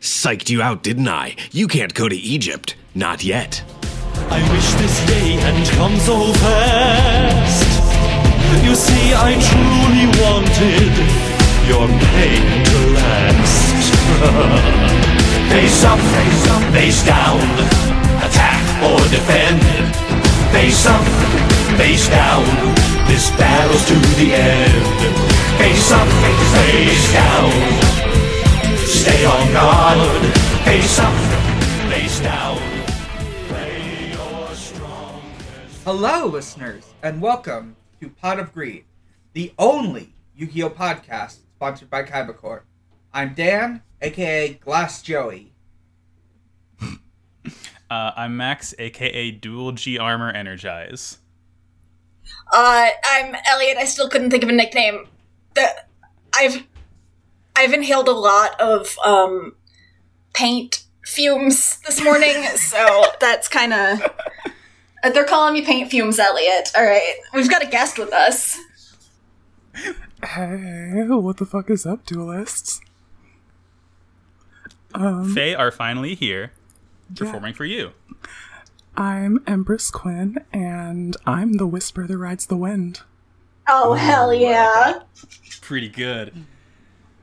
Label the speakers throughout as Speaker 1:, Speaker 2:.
Speaker 1: Psyched you out, didn't I? You can't go to Egypt. Not yet.
Speaker 2: I wish this day had come so fast. You see, I truly wanted your pain to last. face up, face up, face down. Attack or defend. Face up, face down. This battle's to the end. Face up, face, face down. Stay on guard. Face up, face down. Play your strongest.
Speaker 3: Hello, listeners, and welcome to Pot of Greed, the only Yu Gi Oh podcast sponsored by Kaibacore. I'm Dan, aka Glass Joey.
Speaker 4: Uh, I'm Max, aka Dual G Armor Energize.
Speaker 5: Uh, I'm Elliot. I still couldn't think of a nickname. The, I've I've inhaled a lot of um, paint fumes this morning, so that's kind of. They're calling me paint fumes, Elliot. All right, we've got a guest with us.
Speaker 6: Hey, what the fuck is up, duelists?
Speaker 4: They are finally here, performing for you.
Speaker 6: I'm Empress Quinn, and I'm the whisper that rides the wind.
Speaker 5: Oh hell yeah!
Speaker 4: Pretty good.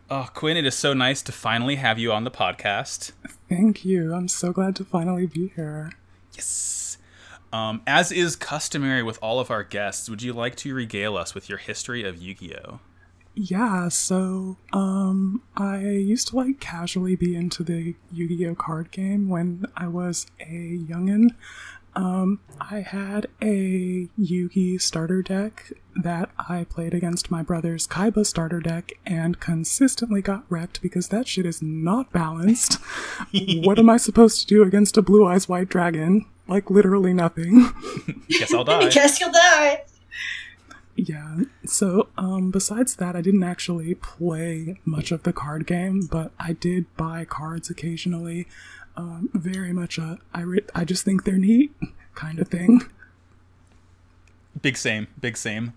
Speaker 4: Oh, Quinn, it is so nice to finally have you on the podcast.
Speaker 6: Thank you. I'm so glad to finally be here.
Speaker 4: Yes. Um, as is customary with all of our guests, would you like to regale us with your history of Yu-Gi-Oh?
Speaker 6: Yeah, so um I used to like casually be into the Yu-Gi-Oh card game when I was a youngin. Um I had a Yu-Gi starter deck that I played against my brother's Kaiba starter deck and consistently got wrecked because that shit is not balanced. what am I supposed to do against a blue eyes white dragon? Like literally nothing.
Speaker 4: Guess I'll die.
Speaker 5: Guess you'll die.
Speaker 6: Yeah. So, um, besides that, I didn't actually play much of the card game, but I did buy cards occasionally. Um, very much a I re- I just think they're neat kind of thing.
Speaker 4: Big same, big same.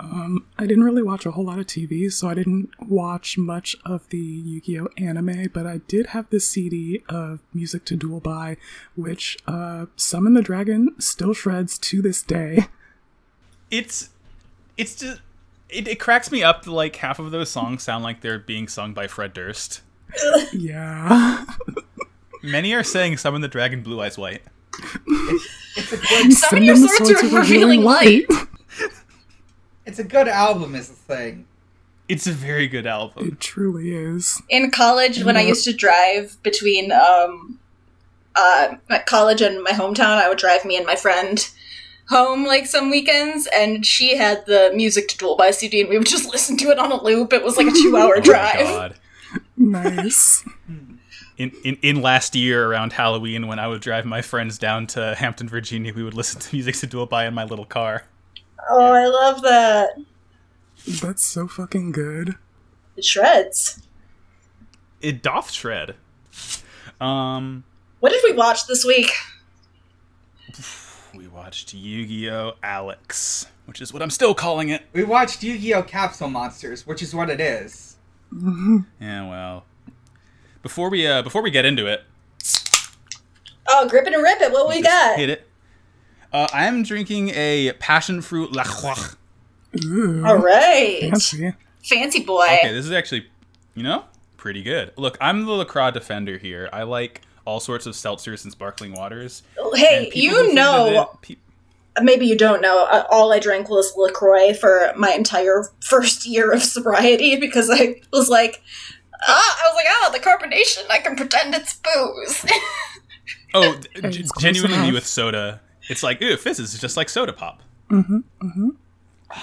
Speaker 6: I didn't really watch a whole lot of TV, so I didn't watch much of the Yu-Gi-Oh anime, but I did have the CD of Music to Duel by, which uh, Summon the Dragon still shreds to this day.
Speaker 4: It's, it's just, it, it cracks me up that like half of those songs sound like they're being sung by Fred Durst.
Speaker 6: Yeah.
Speaker 4: Many are saying "Summon the Dragon, Blue Eyes White."
Speaker 5: Summon your
Speaker 6: them the
Speaker 5: swords
Speaker 6: swords
Speaker 5: are
Speaker 6: of
Speaker 5: revealing
Speaker 6: revealing
Speaker 5: light.
Speaker 3: It's a good album, is the thing.
Speaker 4: It's a very good album. Oh
Speaker 6: It truly is.
Speaker 5: in college when I
Speaker 4: Mm-hmm.
Speaker 5: used to drive between um, uh, my college and my hometown, I would drive me and my friend home like some weekends, and she had the music to Duel by CD, and we would just listen to it on a loop. It was like a two-hour
Speaker 4: Oh my
Speaker 5: drive.
Speaker 4: God.
Speaker 6: Nice.
Speaker 4: in, in, in last year around Halloween when I would drive my friends down to Hampton, Virginia, we would listen to music to do it by in my little car.
Speaker 5: Oh, I love that.
Speaker 6: That's so fucking good.
Speaker 5: It shreds.
Speaker 4: It doth shred. Um,
Speaker 5: What did we watch this week?
Speaker 4: we watched Yu-Gi-Oh! Alex, which is what I'm still calling it.
Speaker 3: We watched Yu Gi Oh Capsule Monsters, which is what it is.
Speaker 4: Yeah, well, before we uh, before we get into it,
Speaker 5: Oh, grip it and rip it. What we
Speaker 4: just
Speaker 5: got?
Speaker 4: hit it. Uh, I am drinking a passion fruit lachroix.
Speaker 6: Ooh.
Speaker 5: All right,
Speaker 6: Fancy.
Speaker 5: fancy boy.
Speaker 4: Okay, this is actually, you know, pretty good. Look, I'm the lacroix defender here. I like all sorts of seltzers and sparkling waters. And
Speaker 5: hey,
Speaker 4: people who
Speaker 5: you
Speaker 4: think
Speaker 5: know
Speaker 4: that it- pe-
Speaker 5: maybe you don't know, uh, all I drank was LaCroix for my entire first year of sobriety because I was like, ah, I was like, oh, the carbonation, I can pretend it's booze.
Speaker 4: oh, d- g-
Speaker 6: it's close
Speaker 4: genuinely
Speaker 6: enough.
Speaker 4: with soda, it's like ooh, fizz is just like soda pop. Mm-hmm. Mm-hmm.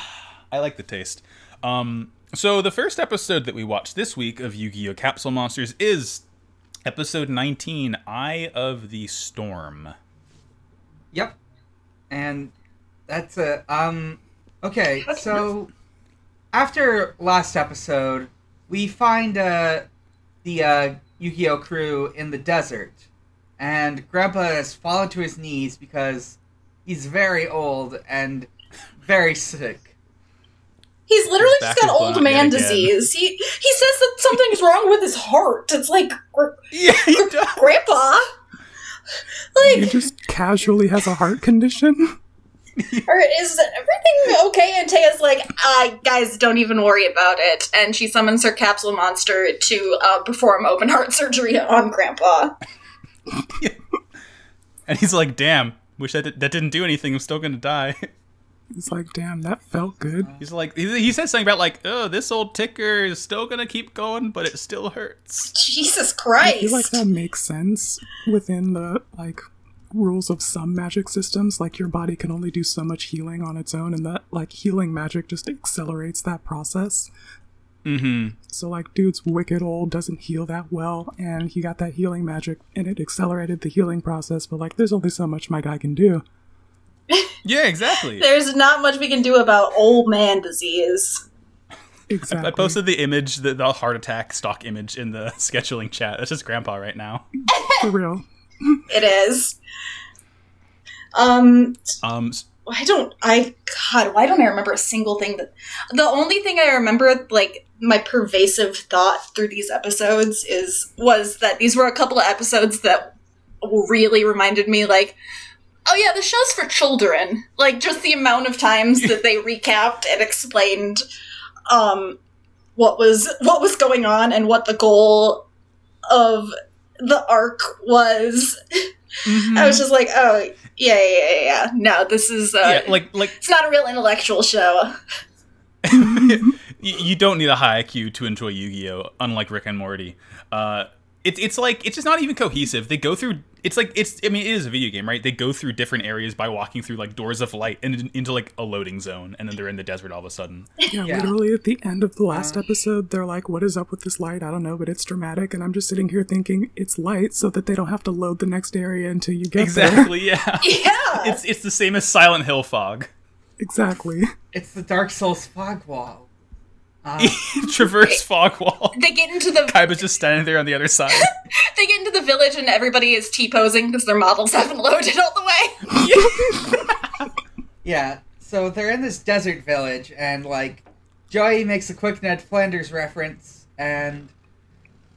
Speaker 4: I like the taste. Um, so the first episode that we watched this week of Yu-Gi-Oh! Capsule Monsters is episode 19, Eye of the Storm.
Speaker 3: Yep. And that's it. Um okay, so after last episode, we find uh the uh Yu-Gi-Oh crew in the desert. And Grandpa has fallen to his knees because he's very old and very sick.
Speaker 5: He's literally
Speaker 4: His
Speaker 5: just
Speaker 4: back
Speaker 5: got
Speaker 4: is blown
Speaker 5: old
Speaker 4: out
Speaker 5: man
Speaker 4: yet again.
Speaker 5: disease. He he says that something's wrong with his heart. It's like gr-
Speaker 4: Yeah, he does.
Speaker 5: grandpa.
Speaker 6: He
Speaker 5: Like,
Speaker 6: just casually has a heart condition.
Speaker 5: or is everything okay? And Taya's like, uh, guys, don't even worry about it. And she summons her capsule monster to uh, perform open heart surgery on Grandpa.
Speaker 4: And he's like, damn, wish that, that didn't do anything. I'm still going to die.
Speaker 6: It's like, damn, that felt good.
Speaker 4: He's like, he, he says something about, like, oh, this old ticker is still going to keep going, but it still hurts.
Speaker 5: Jesus
Speaker 6: I feel like
Speaker 5: Christ.
Speaker 6: that makes sense within the like rules of some magic systems. Like your body can only do so much healing on its own, and that like healing magic just accelerates that process.
Speaker 4: Mm-hmm.
Speaker 6: So like, dude's wicked old, doesn't heal that well, and he got that healing magic, and it accelerated the healing process. But like, there's only so much my guy can do.
Speaker 4: Yeah, exactly.
Speaker 5: There's not much we can do about old man disease.
Speaker 6: Exactly.
Speaker 4: I posted the image, the, the heart attack stock image in the scheduling chat. That's just grandpa right now.
Speaker 6: for real.
Speaker 5: It is. Um,
Speaker 4: Um, s-
Speaker 5: I don't. I God, why don't I remember a single thing that? The only thing I remember, like my pervasive thought through these episodes, is was that these were a couple of episodes that really reminded me, like, oh yeah, the show's for children. Like just the amount of times that they recapped and explained, um, what was what was going on and what the goal of the arc was.
Speaker 4: Mm-hmm.
Speaker 5: I was just like, oh yeah, yeah, yeah, yeah. No, this is uh,
Speaker 4: yeah, like, like
Speaker 5: it's not a real intellectual show.
Speaker 4: you, you don't need a high IQ to enjoy Yu-Gi-Oh. Unlike Rick and Morty, uh, it's it's like it's just not even cohesive. They go through. It's like it's. I mean, it is a video game, right? They go through different areas by walking through like doors of light and in- into like a loading zone, and then they're in the desert all of a sudden.
Speaker 6: Yeah, literally at the end of the last episode, they're like, "What is up with this light? I don't know, but it's dramatic." And I'm just sitting here thinking it's light, so that they don't have to load the next area until you get there.
Speaker 4: Exactly. Yeah.
Speaker 5: Yeah,
Speaker 4: It's it's the same as Silent Hill fog.
Speaker 6: exactly.
Speaker 4: Hmm.
Speaker 3: It's the Dark Souls fog wall.
Speaker 4: Traverse fog wall.
Speaker 5: they get into the
Speaker 4: I was just standing there on the other side.
Speaker 5: they get into the village and everybody is t posing because their models haven't loaded all the way.
Speaker 3: Yeah. So they're in this desert village, and like, Joey makes a quick Ned Flanders reference, and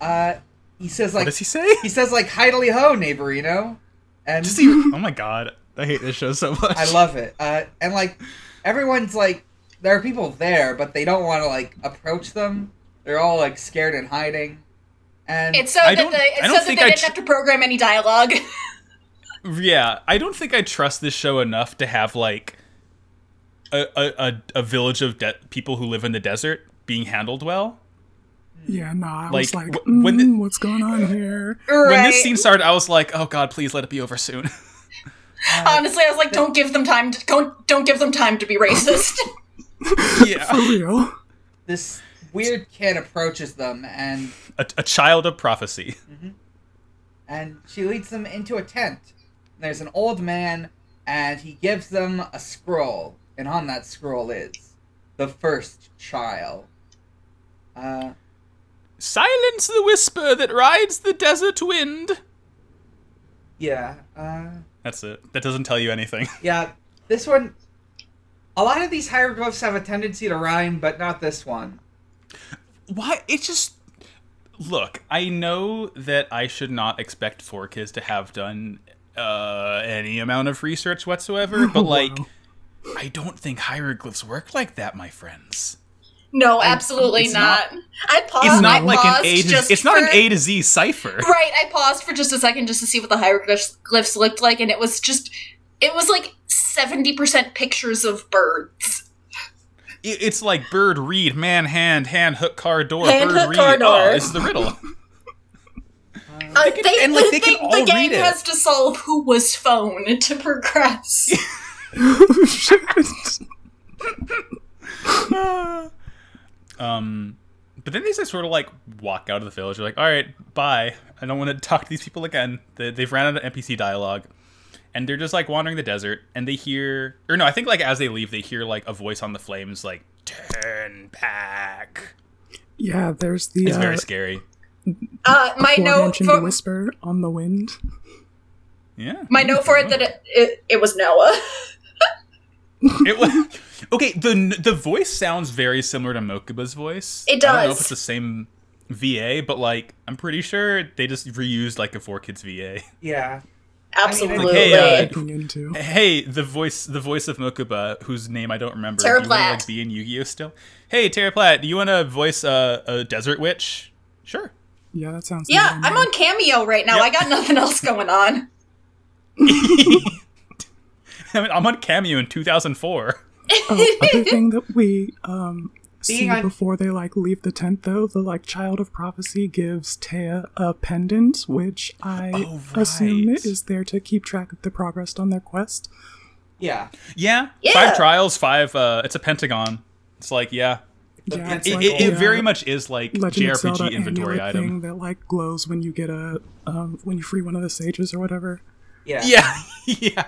Speaker 3: uh, he says like
Speaker 4: What does he say?
Speaker 3: he says like "Heidly ho, neighbor," you know, and
Speaker 4: Does he? Oh my god, I hate this show so much.
Speaker 3: I love it. Uh, and like, everyone's like, there are people there, but they don't want to like approach them. They're all like scared and hiding, and
Speaker 5: It's so
Speaker 4: I
Speaker 5: that
Speaker 4: don't-
Speaker 5: they,
Speaker 4: I
Speaker 5: it's so
Speaker 4: don't
Speaker 5: that they
Speaker 4: think I
Speaker 5: didn't
Speaker 4: tr-
Speaker 5: have to program any dialogue.
Speaker 4: Yeah, I don't think I trust this show enough to have like a a, a, a village of de- people who live in the desert being handled well.
Speaker 6: Yeah, no, I was
Speaker 4: Like,
Speaker 6: like,
Speaker 4: wh- when the-
Speaker 6: "Mm, what's going on here?
Speaker 5: right.
Speaker 4: When this scene started, I was like, "Oh God, please let it be over soon."
Speaker 5: Honestly, I was like, don't give them time. To, don't don't give them time to be racist.
Speaker 4: yeah,
Speaker 6: For real?
Speaker 3: this weird kid approaches them, and
Speaker 4: a, a child of prophecy.
Speaker 3: and she leads them into a tent. And there's an old man, and he gives them a scroll, and on that scroll is the first child. Uh,
Speaker 4: Silence the whisper that rides the desert wind.
Speaker 3: yeah, uh,
Speaker 4: That's it. That doesn't tell you anything.
Speaker 3: yeah. This one, a lot of these hieroglyphs have a tendency to rhyme, but not this one.
Speaker 4: Why? It's just look. I know that I should not expect four kids to have done uh, any amount of research whatsoever, but like, I don't think hieroglyphs work like that, my friends.
Speaker 5: no, absolutely
Speaker 4: it's
Speaker 5: not.
Speaker 4: not-
Speaker 5: I paused.
Speaker 4: It's
Speaker 5: I
Speaker 4: not like an
Speaker 5: paused
Speaker 4: A. To,
Speaker 5: Uh, just
Speaker 4: it's not an
Speaker 5: for-
Speaker 4: A to Z cipher.
Speaker 5: Right, I paused for just a second just to see what the hieroglyphs looked like, and it was just, it was like 70% pictures of birds.
Speaker 4: It- It's like bird read, man hand, hand hook car door,
Speaker 5: Hand,
Speaker 4: bird
Speaker 5: hook,
Speaker 4: read.
Speaker 5: car, door.
Speaker 4: Oh, it's the riddle.
Speaker 5: Uh, they,
Speaker 4: and, like, they can
Speaker 5: the-
Speaker 4: all
Speaker 5: the gang
Speaker 4: read it.
Speaker 5: has to solve who was phone to progress.
Speaker 4: um, but then they just sort of like walk out of the village. You're like, all right, bye. I don't want to talk to these people again. They, they've ran out of NPC dialogue, and they're just like wandering the desert. And they hear, or no, I think like as they leave, they hear like a voice on the flames, like turn back.
Speaker 6: Yeah, there's the
Speaker 4: It's
Speaker 6: uh,
Speaker 4: very scary.
Speaker 5: Uh, my note
Speaker 6: aforementioned
Speaker 5: for,
Speaker 6: whisper on the wind.
Speaker 4: Yeah,
Speaker 5: my note for it that it, it, it was Noah.
Speaker 4: it was. Okay, the the voice sounds very similar to Mokuba's voice.
Speaker 5: It
Speaker 4: I don't know
Speaker 5: does.
Speaker 4: if it's the same VA, but like I'm pretty sure they just reused like a four kids VA.
Speaker 3: Yeah.
Speaker 5: Absolutely.
Speaker 4: Like, hey, uh,
Speaker 6: Looking into.
Speaker 4: Hey, the voice the voice of Mokuba, whose name I don't remember.
Speaker 5: Tara
Speaker 4: do you
Speaker 5: Platt.
Speaker 4: Wanna, like, be in Yu-Gi-Oh still. Hey, Tara Platt, do you want to voice uh, a desert witch? Sure.
Speaker 6: Yeah, that sounds.
Speaker 5: yeah,
Speaker 6: normal.
Speaker 5: I'm on Cameo right now. I got nothing else going on.
Speaker 4: I mean, I'm on Cameo in 2004.
Speaker 6: Other thing that we um, see
Speaker 3: Being on-
Speaker 6: before they like leave the tent, though, the like child of prophecy gives Taya a pendant, which I
Speaker 4: Oh,
Speaker 6: assume
Speaker 4: right.
Speaker 6: is there to keep track of the progress on their quest.
Speaker 3: Yeah.
Speaker 4: Yeah.
Speaker 5: Yeah.
Speaker 4: Five trials, five. Uh, it's a pentagon. It's like yeah. oh,
Speaker 6: Yeah, it's
Speaker 4: It,
Speaker 6: like
Speaker 4: it, it
Speaker 6: the,
Speaker 4: very
Speaker 6: uh,
Speaker 4: much is like
Speaker 6: Legend of Zelda
Speaker 4: JRPG inventory
Speaker 6: amulet
Speaker 4: item.
Speaker 6: thing that like glows when you get a um, when you free one of the sages or whatever.
Speaker 3: Yeah.
Speaker 4: Yeah, yeah.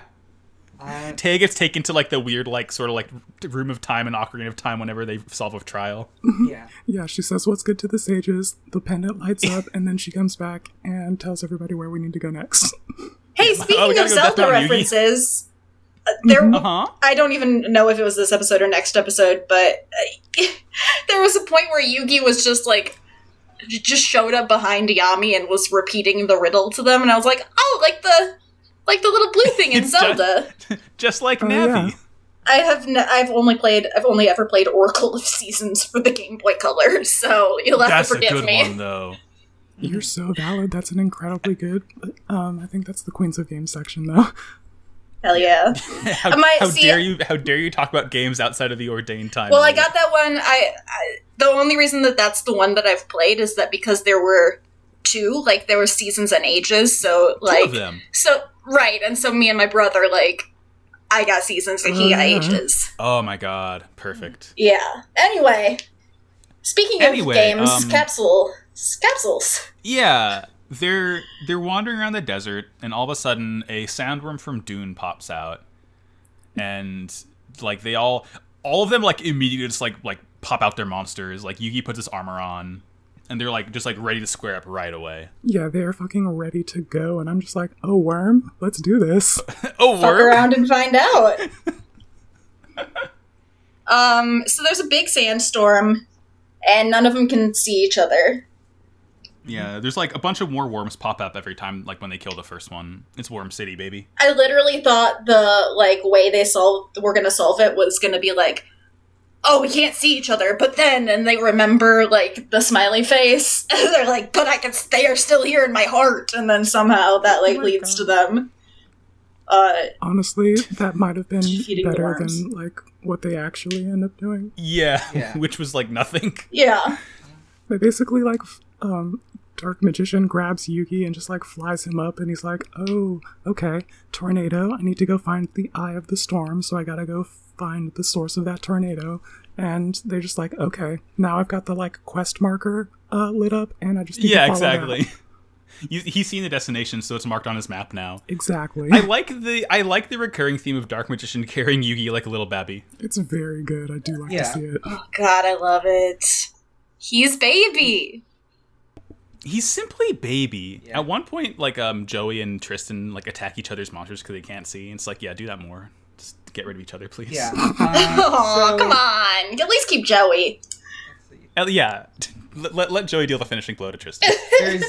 Speaker 3: Uh,
Speaker 4: Tay gets taken to like the weird, like sort of like room of time and Ocarina of Time whenever they solve a trial.
Speaker 3: yeah.
Speaker 6: Yeah, she says what's good to the sages. The pendant lights up, and then she comes back and tells everybody where we need to go next.
Speaker 5: Hey,
Speaker 4: Oh, we
Speaker 5: speaking
Speaker 4: gotta
Speaker 5: of
Speaker 4: go Death
Speaker 5: Zelda
Speaker 4: Note, Yugi.
Speaker 5: references, uh, there
Speaker 4: huh.
Speaker 5: I don't even know if it was this episode or next episode, but uh, there was a point where Yugi was just like j- just showed up behind Yami and was repeating the riddle to them, and I was like, oh, like the like the little blue thing in
Speaker 4: It's done.
Speaker 5: Zelda.
Speaker 4: Just like
Speaker 6: Oh,
Speaker 4: Navi.
Speaker 6: yeah.
Speaker 5: I have n I've only played I've only ever played Oracle of Seasons for the Game Boy Color, so you'll have
Speaker 4: That's
Speaker 5: to
Speaker 4: a
Speaker 5: forgive
Speaker 4: good
Speaker 5: me.
Speaker 4: one though.
Speaker 6: You're so valid. That's an incredibly good. Um, I think that's the Queens of Games section, though.
Speaker 5: Hell yeah.
Speaker 4: How,
Speaker 5: Am I-
Speaker 4: how
Speaker 5: see-
Speaker 4: dare you? How dare you talk about games outside of the ordained time?
Speaker 5: Well, I
Speaker 4: limit.
Speaker 5: got that one. I, I the only reason that that's the one that I've played is that because there were two, like there were seasons and ages, so
Speaker 4: two
Speaker 5: like
Speaker 4: of them.
Speaker 5: so right, and so me and my brother like I got seasons and he got
Speaker 6: Oh, yeah.
Speaker 5: ages.
Speaker 4: Oh my god, perfect.
Speaker 5: Yeah. Anyway, speaking
Speaker 4: Anyway,
Speaker 5: of games,
Speaker 4: um,
Speaker 5: capsule capsules.
Speaker 4: Yeah, they're they're wandering around the desert, and all of a sudden, a sandworm from Dune pops out, and like they all, all of them like immediately just like like pop out their monsters. Like Yugi puts his armor on, and they're like just like ready to square up right away.
Speaker 6: Yeah, they are fucking ready to go, and I'm just like, oh, worm, let's do this.
Speaker 4: Oh,
Speaker 5: fuck
Speaker 4: worm!
Speaker 5: around and find out. um, so there's a big sandstorm, and none of them can see each other.
Speaker 4: Yeah, there's like a bunch of more worms pop up every time. Like when they kill the first one, it's Worm City, baby.
Speaker 5: I literally thought the like way they solved we're gonna solve it was gonna be like, oh, we can't see each other, but then and they remember like the smiley face. and They're like, but I can. They are still here in my heart, and then somehow that like
Speaker 6: my
Speaker 5: leads
Speaker 6: God.
Speaker 5: to them. Uh,
Speaker 6: Honestly, that might have been
Speaker 5: Feeding the
Speaker 6: better
Speaker 5: worms.
Speaker 6: than like what they actually end up doing.
Speaker 4: Yeah,
Speaker 3: Yeah.
Speaker 4: which was like nothing.
Speaker 5: yeah.
Speaker 6: They basically like f- um, dark magician grabs Yugi and just like flies him up, and he's like, oh, okay, tornado. I need to go find the eye of the storm, so I gotta go find the source of that tornado. And they're just like, okay, now I've got the like quest marker uh, lit up, and I just need to
Speaker 4: Yeah,
Speaker 6: follow that."
Speaker 4: exactly. You, he's seen the destination, so it's marked on his map now.
Speaker 6: Exactly.
Speaker 4: I like the I like the recurring theme of Dark Magician carrying Yugi like a little babby.
Speaker 6: It's very good. I do like
Speaker 3: Yeah.
Speaker 6: to see it.
Speaker 5: God, I love it. He's baby.
Speaker 4: He's simply baby.
Speaker 3: Yeah.
Speaker 4: At one point, like um Joey and Tristan like attack each other's monsters because they can't see. And it's like, yeah, do that more. Just get rid of each other, please.
Speaker 3: Yeah.
Speaker 5: Oh,
Speaker 3: Uh, so-
Speaker 5: come on. At least keep Joey.
Speaker 3: let's see.
Speaker 4: Uh, yeah. Let, let, let Joey deal the finishing blow to Tristan.
Speaker 3: there's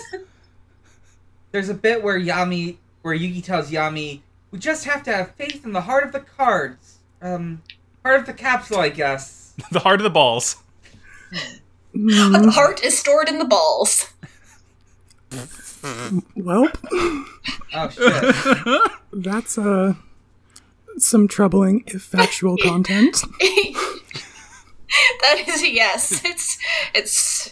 Speaker 3: there's a bit where Yami where Yugi tells Yami, we just have to have faith in the heart of the cards. Um heart of the capsule, I guess.
Speaker 4: the heart of the balls.
Speaker 5: The heart is stored in the balls.
Speaker 6: Well,
Speaker 3: Oh shit.
Speaker 6: that's uh some troubling if factual content.
Speaker 5: That is a yes. It's it's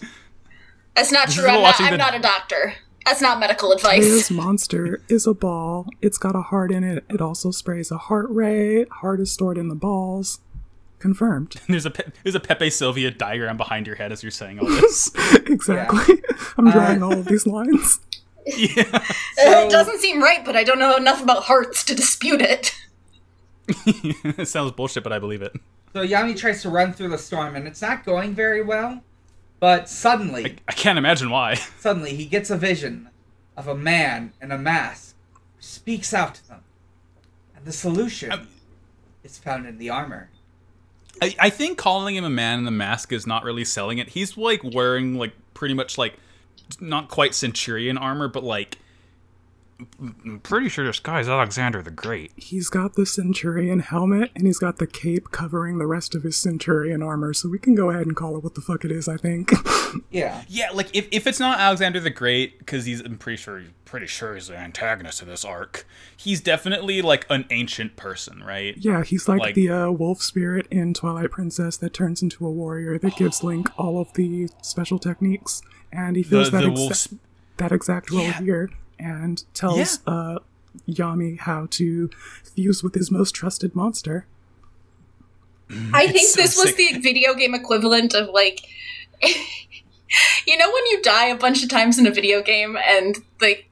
Speaker 5: that's not
Speaker 4: is
Speaker 5: true. I'm not,
Speaker 4: watching
Speaker 5: I'm
Speaker 4: the-
Speaker 5: not a doctor. That's not medical advice.
Speaker 6: Taya's monster is a ball. It's got a heart in it. It also sprays a heart ray. Heart is stored in the balls. Confirmed.
Speaker 4: There's a pe- there's a Pepe Sylvia diagram behind your head as you're saying all this.
Speaker 6: exactly. I'm drawing all of these lines.
Speaker 4: yeah.
Speaker 5: it doesn't seem right, but I don't know enough about hearts to dispute it.
Speaker 4: it sounds bullshit, but I believe it.
Speaker 3: So Yami tries to run through the storm and it's not going very well. But suddenly
Speaker 4: I can't imagine why.
Speaker 3: Suddenly, he gets a vision of a man in a mask who speaks out to them. And the solution is found in the armor.
Speaker 4: I, I think calling him a man in the mask is not really selling it. He's like wearing like pretty much like not quite centurion armor, but like I'm pretty sure this guy's Alexander the Great.
Speaker 6: He's got the centurion helmet and he's got the cape covering the rest of his centurion armor, so we can go ahead and call it what the fuck it is, I think.
Speaker 3: Yeah.
Speaker 4: Yeah, like if, if it's not Alexander the Great, because he's I'm pretty sure pretty sure he's the antagonist of this arc. He's definitely like an ancient person, right?
Speaker 6: yeah, he's like,
Speaker 4: Like-
Speaker 6: the uh, wolf spirit in Twilight Princess that turns into a warrior that gives Link all of the special techniques, and he
Speaker 4: The
Speaker 6: feels that
Speaker 4: the
Speaker 6: exa-
Speaker 4: wolf sp-
Speaker 6: that exact role here and tells
Speaker 4: Yeah.
Speaker 6: uh, Yami how to fuse with his most trusted monster.
Speaker 5: I think
Speaker 4: Mm, so
Speaker 5: this was
Speaker 4: sick.
Speaker 5: the video game equivalent of like you know when you die a bunch of times in a video game and the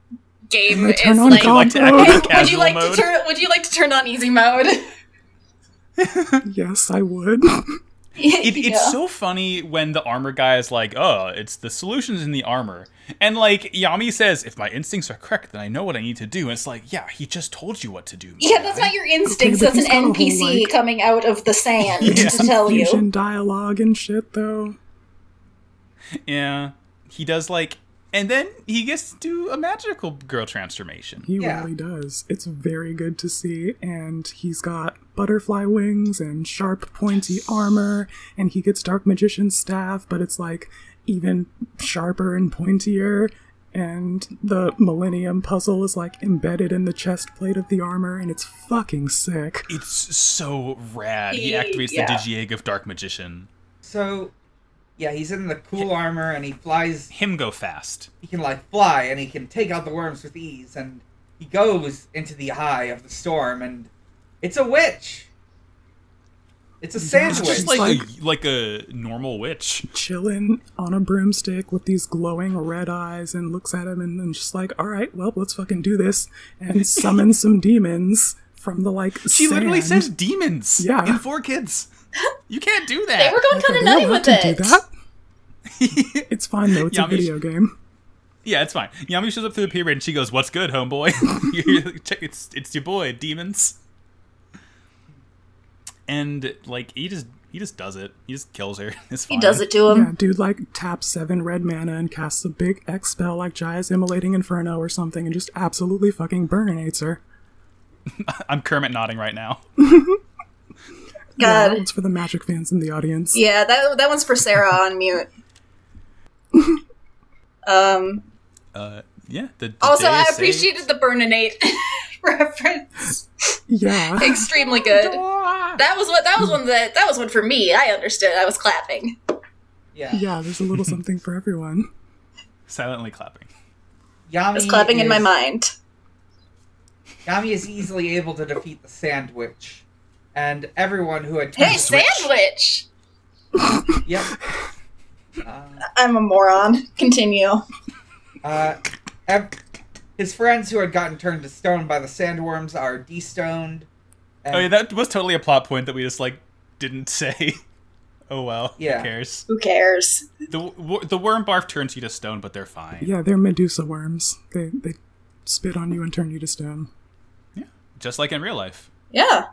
Speaker 5: game
Speaker 6: They turn
Speaker 5: is
Speaker 6: on
Speaker 5: like
Speaker 6: God
Speaker 4: like to act like
Speaker 6: mode.
Speaker 5: would you
Speaker 4: casual
Speaker 5: like
Speaker 4: mode.
Speaker 5: to turn would you like to turn on easy mode?
Speaker 6: yes, I would.
Speaker 4: it, it's so funny when the armor guy is like, "Oh, it's the solutions in the armor," and like Yami says, "If my instincts are correct, then I know what I need to do." And it's like, "Yeah, he just told you what to do."
Speaker 5: yeah, that's not your instincts.
Speaker 6: Okay, but
Speaker 5: that's an
Speaker 6: he's got a whole,
Speaker 5: NPC
Speaker 6: like-
Speaker 5: coming out of the sand to
Speaker 6: Some
Speaker 5: tell
Speaker 6: fusion
Speaker 5: Oh, you.
Speaker 6: dialogue and shit, though.
Speaker 4: Yeah, he does like, and then he gets to do a magical girl transformation.
Speaker 6: He
Speaker 3: Yeah.
Speaker 6: really does. It's very good to see, and he's got butterfly wings and sharp, pointy armor, and he gets Dark Magician's staff, but it's like even sharper and pointier. And the Millennium puzzle is like embedded in the chest plate of the armor, and it's fucking sick.
Speaker 4: It's so rad. He
Speaker 5: He-
Speaker 4: activates
Speaker 5: yeah.
Speaker 4: the Digiegg of Dark Magician.
Speaker 3: So, yeah, he's in the cool armor and he flies.
Speaker 4: Him go fast.
Speaker 3: He can like fly and he can take out the worms with ease. And he goes into the eye of the storm, and it's a witch. It's a
Speaker 4: It's
Speaker 3: sandwich.
Speaker 4: just
Speaker 6: It's
Speaker 4: like a, like a normal witch.
Speaker 6: Chilling on a broomstick with these glowing red eyes, and looks at him, and then just like, all right, well, let's fucking do this, and summon some demons from the like.
Speaker 4: She literally
Speaker 6: sand.
Speaker 4: says demons.
Speaker 6: Yeah.
Speaker 4: and four kids. You can't do that.
Speaker 5: They were going kind
Speaker 6: Okay,
Speaker 5: of
Speaker 6: they
Speaker 5: nutty
Speaker 6: don't
Speaker 5: with
Speaker 6: have to
Speaker 5: it.
Speaker 6: do that. it's fine though. It's a
Speaker 4: Yami-
Speaker 6: video game.
Speaker 4: Yeah, it's fine. Yami shows up through the pyramid and she goes, "What's good, homeboy? Check, it's it's your boy, demons." And like he just he just does it. He just kills her. It's fine.
Speaker 5: He does it to him.
Speaker 6: Yeah, dude, like taps seven red mana and casts a big X spell like Jaya's immolating inferno or something, and just absolutely fucking burninates her.
Speaker 4: I'm Kermit nodding right now.
Speaker 5: God.
Speaker 6: Yeah, it's for the magic fans in the audience.
Speaker 5: Yeah, that that one's for Sarah on mute. um.
Speaker 4: Uh, yeah. The, the
Speaker 5: Also,
Speaker 4: day
Speaker 5: I
Speaker 4: is saved.
Speaker 5: appreciated the Burninate reference.
Speaker 6: Yeah.
Speaker 5: Extremely good. That was what. That was one that. That was one for me. I understood. I was clapping.
Speaker 3: yeah.
Speaker 6: Yeah, there's a little something for everyone.
Speaker 4: silently clapping.
Speaker 3: Yami
Speaker 5: I was clapping in my
Speaker 3: is-
Speaker 5: mind.
Speaker 3: Yami is easily able to defeat the sandwich, and everyone who attempts.
Speaker 5: Hey, sandwich.
Speaker 3: Yep.
Speaker 5: I'm a moron. Continue.
Speaker 3: Uh, ev- his friends who had gotten turned to stone by the sandworms are destoned. And,
Speaker 4: Oh yeah, that was totally a plot point that we just like didn't say. Oh well,
Speaker 3: Yeah.
Speaker 4: who cares?
Speaker 5: Who cares?
Speaker 4: The wor- the worm barf turns you to stone, but they're fine.
Speaker 6: Yeah, they're Medusa worms. They they spit on you and turn you to stone.
Speaker 4: Just like in real life.
Speaker 5: Yeah.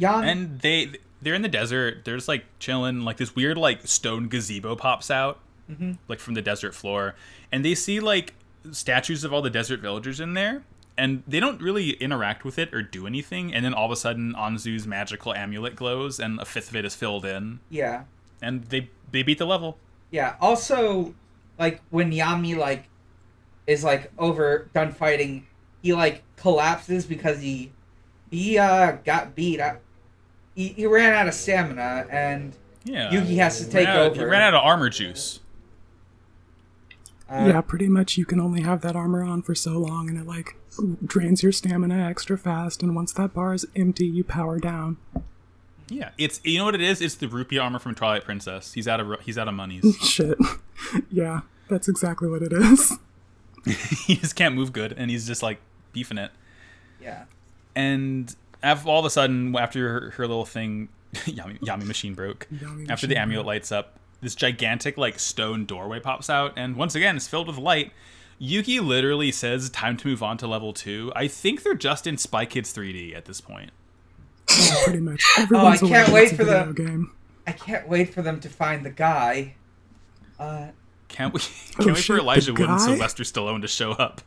Speaker 3: Yami,
Speaker 4: and they they're in the desert they're just like chilling like this weird like stone gazebo pops out
Speaker 3: Mm-hmm.
Speaker 4: like from the desert floor and they see like statues of all the desert villagers in there and they don't really interact with it or do anything and then all of a sudden anzu's magical amulet glows and a fifth of it is filled in
Speaker 3: yeah,
Speaker 4: and they they beat the level
Speaker 3: yeah. Also, like when Yami like is like over done fighting, he like collapses because he he uh got beat. I, he, he ran out of stamina, and
Speaker 4: yeah
Speaker 3: Yugi has to take
Speaker 4: Uh, ran out,
Speaker 3: over.
Speaker 4: he ran out of armor juice
Speaker 3: uh,
Speaker 6: yeah, pretty much you can only have that armor on for so long, and it like drains your stamina extra fast. And once that bar is empty, you power down.
Speaker 4: yeah it's you know what it is it's the rupee armor from twilight princess he's out of ru- he's out of monies
Speaker 6: Shit. yeah, that's exactly what it is.
Speaker 4: he just can't move good and he's just like beefing it
Speaker 3: yeah.
Speaker 4: and af- all of a sudden, after her, her little thing, Yami, Yami machine broke.
Speaker 6: Yami
Speaker 4: after
Speaker 6: machine
Speaker 4: the amulet lights up, this gigantic like stone doorway pops out, and once again, it's filled with light. Yuki literally says, "Time to move on to level two. I think they're just in Spy Kids 3D at this point.
Speaker 6: Oh, pretty much. Everyone's
Speaker 3: I
Speaker 6: aware
Speaker 3: can't
Speaker 6: that
Speaker 3: wait
Speaker 6: it's a
Speaker 3: for the-
Speaker 6: video game.
Speaker 3: I can't wait for them to find the guy. Uh,
Speaker 4: Can't we? Can't
Speaker 6: Oh,
Speaker 4: we
Speaker 6: shit,
Speaker 4: for
Speaker 6: the
Speaker 4: Elijah Wood and
Speaker 6: guy?
Speaker 4: Sylvester Stallone to show up?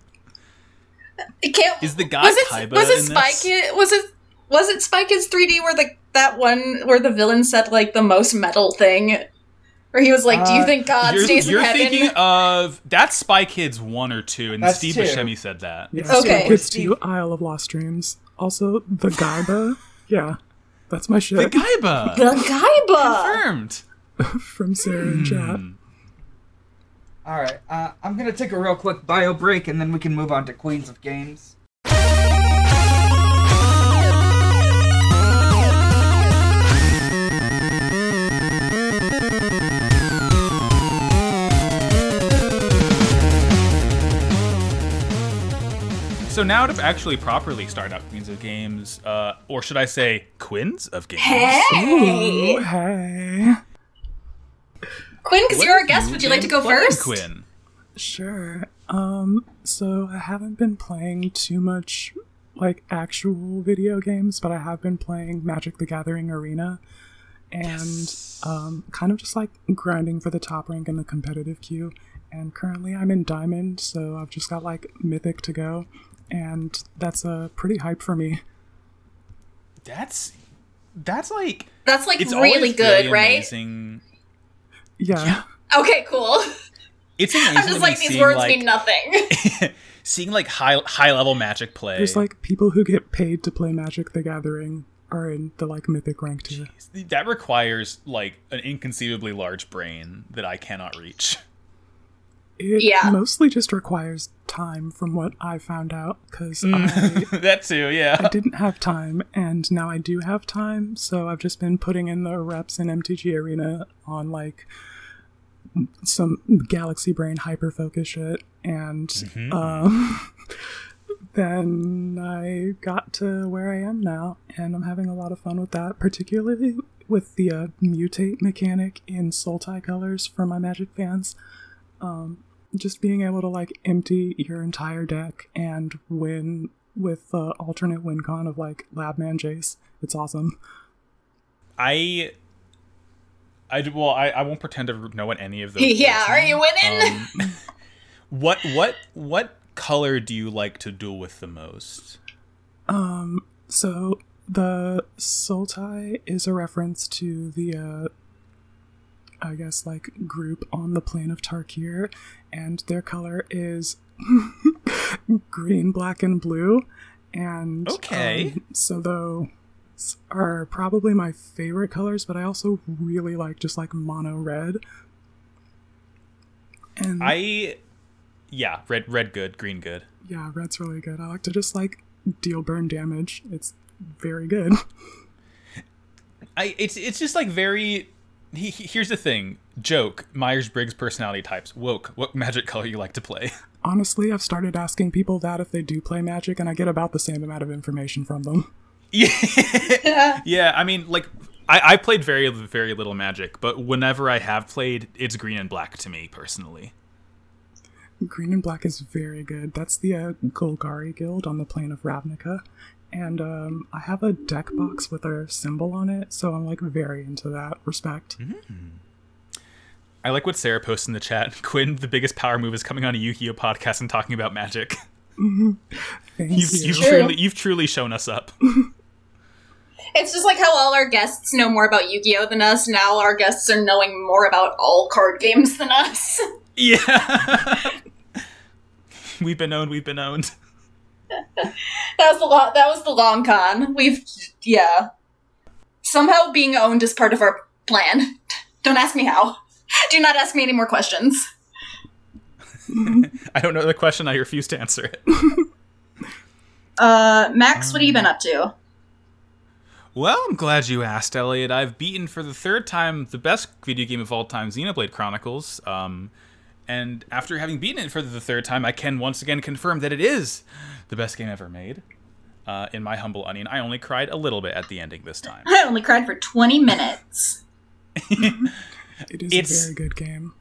Speaker 5: It can't.
Speaker 4: Is the guy
Speaker 5: was it
Speaker 4: Kaiba
Speaker 5: was it
Speaker 4: in
Speaker 5: Spy
Speaker 4: this?
Speaker 5: Kid? Was it was it Spy Kids 3D where the that one where the villain said like the most metal thing, where he was like, "Do you
Speaker 3: Uh,
Speaker 5: think God
Speaker 4: You're,
Speaker 5: stays
Speaker 4: you're
Speaker 5: in heaven?"
Speaker 4: thinking of that's Spy Kids one or two, and
Speaker 3: That's
Speaker 4: Steve
Speaker 3: two.
Speaker 4: Buscemi said that.
Speaker 6: Yeah,
Speaker 5: Okay.
Speaker 6: so kids
Speaker 3: Steve-
Speaker 6: to Isle of Lost Dreams. Also, the Gaiba. yeah, that's my
Speaker 4: The
Speaker 6: shit
Speaker 4: Kaiba
Speaker 5: the Kaiba.
Speaker 4: confirmed.
Speaker 6: from Sarah and chat.
Speaker 3: all right. Uh, I'm gonna take a real quick bio break, and then we can move on to Queens of Games.
Speaker 4: So now to actually properly start out Queens of Games, uh, or should I say Quins of Games?
Speaker 5: Hey,
Speaker 6: Ooh, hey.
Speaker 5: Quinn, because
Speaker 4: What
Speaker 5: you're our
Speaker 4: have
Speaker 5: guest,
Speaker 4: you
Speaker 5: would you like to
Speaker 4: been
Speaker 5: go
Speaker 4: playing,
Speaker 5: first?
Speaker 4: Quinn?
Speaker 6: Sure. Um, so I haven't been playing too much like actual video games, but I have been playing Magic the Gathering Arena and um kind of just like grinding for the top rank in the competitive queue. And currently I'm in Diamond, so I've just got like Mythic to go. And that's a uh, pretty hype for me.
Speaker 4: That's that's like
Speaker 5: That's like
Speaker 4: it's
Speaker 5: really
Speaker 4: always
Speaker 5: good,
Speaker 4: really
Speaker 5: right?
Speaker 4: Amazing.
Speaker 6: Yeah.
Speaker 5: Okay, cool.
Speaker 4: It's amazing.
Speaker 5: I'm just
Speaker 4: to
Speaker 5: like
Speaker 4: be
Speaker 5: these
Speaker 4: seeing,
Speaker 5: words
Speaker 4: like,
Speaker 5: mean nothing.
Speaker 4: seeing like high high level magic play.
Speaker 6: There's like people who get paid to play Magic the Gathering are in the like Mythic rank tier.
Speaker 4: that requires like an inconceivably large brain that I cannot reach.
Speaker 6: It
Speaker 5: Yeah.
Speaker 6: mostly just requires time from what I found out because
Speaker 4: Mm. that too, yeah.
Speaker 6: I didn't have time and now I do have time. So I've just been putting in the reps in MTG Arena on like some galaxy brain hyper focus shit. And um, then I got to where I am now and I'm having a lot of fun with that, particularly with the uh, mutate mechanic in Soul Tie colors for my Magic fans just being able to like empty your entire deck and win with the alternate win con of like Labman Jace. It's awesome.
Speaker 4: I, I d- well, I, I won't pretend to know what any of those.
Speaker 5: yeah,
Speaker 4: words
Speaker 5: are you winning?
Speaker 4: Um, what what what color do you like to duel with the most?
Speaker 6: Um, so the soul tie is a reference to the, uh, I guess, like group on the plane of Tarkir, and their color is green, black, and blue. And
Speaker 4: Okay.
Speaker 6: um, so those are probably my favorite colors, but I also really like just like mono red. And
Speaker 4: I, yeah, red red good, green good.
Speaker 6: yeah, red's really good. I like to just like deal burn damage. It's very good.
Speaker 4: I it's it's just like very. He, he- here's the thing: joke, Myers Briggs personality types, woke. What magic color you like to play?
Speaker 6: Honestly, I've started asking people that if they do play Magic, and I get about the same amount of information from them.
Speaker 4: yeah, yeah. I mean, like, I, I played very, very little Magic, but whenever I have played, it's green and black to me personally.
Speaker 6: Green and Black is very good. That's the uh, Golgari Guild on the plane of Ravnica. And um, I have a deck box with our symbol on it, so I'm like very into that respect.
Speaker 4: Mm-hmm. I like what Sarah posts in the chat. Quinn, the biggest power move is coming on a Yu-Gi-Oh podcast and talking about Magic.
Speaker 6: Thank
Speaker 4: You've,
Speaker 6: you.
Speaker 4: you've truly, you've truly shown us up.
Speaker 5: It's just like how all our guests know more about Yu-Gi-Oh than us. Now our guests are knowing more about all card games than us.
Speaker 4: yeah, we've been owned. We've been owned.
Speaker 5: That was the lo- that was the long con. We've yeah. Somehow being owned is part of our plan. Don't ask me how. Do not ask me any more questions.
Speaker 4: I don't know the question. I refuse to answer it.
Speaker 5: Uh, Max, what have you
Speaker 4: Um.
Speaker 5: been up to?
Speaker 4: Well, I'm glad you asked, Elliot. I've beaten for the third time the best video game of all time, Xenoblade Chronicles. Um, and after having beaten it for the third time, I can once again confirm that it is the best game ever made. Uh, in my humble onion, I only cried a little bit at the ending this time.
Speaker 5: I only cried for twenty minutes.
Speaker 6: It is
Speaker 4: it's-
Speaker 6: a very good game.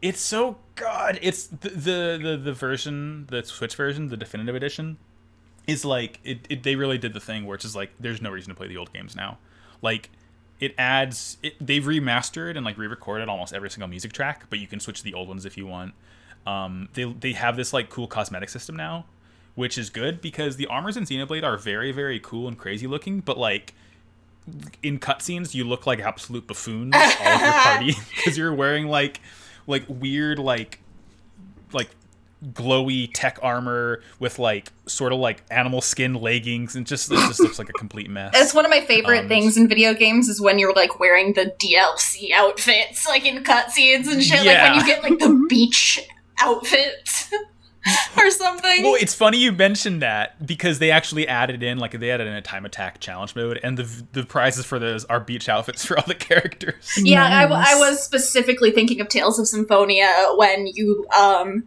Speaker 4: It's so good. It's the the the, the version, the Switch version, the definitive edition. is like it, it they really did the thing where it's just like there's no reason to play the old games now like it adds it, they've remastered and like re-recorded almost every single music track but you can switch to the old ones if you want um, they, they have this like cool cosmetic system now which is good because the armors in xenoblade are very very cool and crazy looking but like in cutscenes you look like absolute buffoons all of your party because you're wearing like like weird like like glowy tech armor with like sort of like animal skin leggings and just it just looks like a complete mess.
Speaker 5: That's one of my favorite
Speaker 4: Um,
Speaker 5: things in video games is when you're like wearing the DLC outfits, like in cutscenes and shit. Like when
Speaker 4: Yeah.
Speaker 5: you get like the beach outfit or something.
Speaker 4: Well, it's funny you mentioned that because they actually added in like they added in a time attack challenge mode, and the the prizes for those are beach outfits for all the characters.
Speaker 5: Yeah, I, w- I
Speaker 6: Nice.
Speaker 5: was specifically thinking of Tales of Symphonia when you um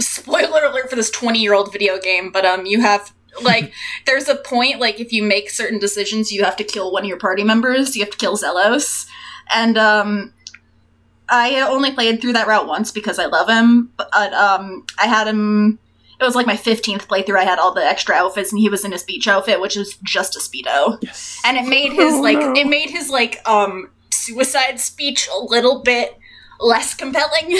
Speaker 5: spoiler alert for this 20-year-old video game, but um you have like there's a point like if you make certain decisions you have to kill one of your party members, you have to kill Zelos. And um I only played through that route once because I love him, but um I had him it was like my 15th playthrough. I had all the extra outfits and he was in his beach outfit, which was just a speedo
Speaker 4: Yes.
Speaker 5: and it made his
Speaker 6: Oh,
Speaker 5: like
Speaker 6: no.
Speaker 5: it made his like um suicide speech a little bit less compelling.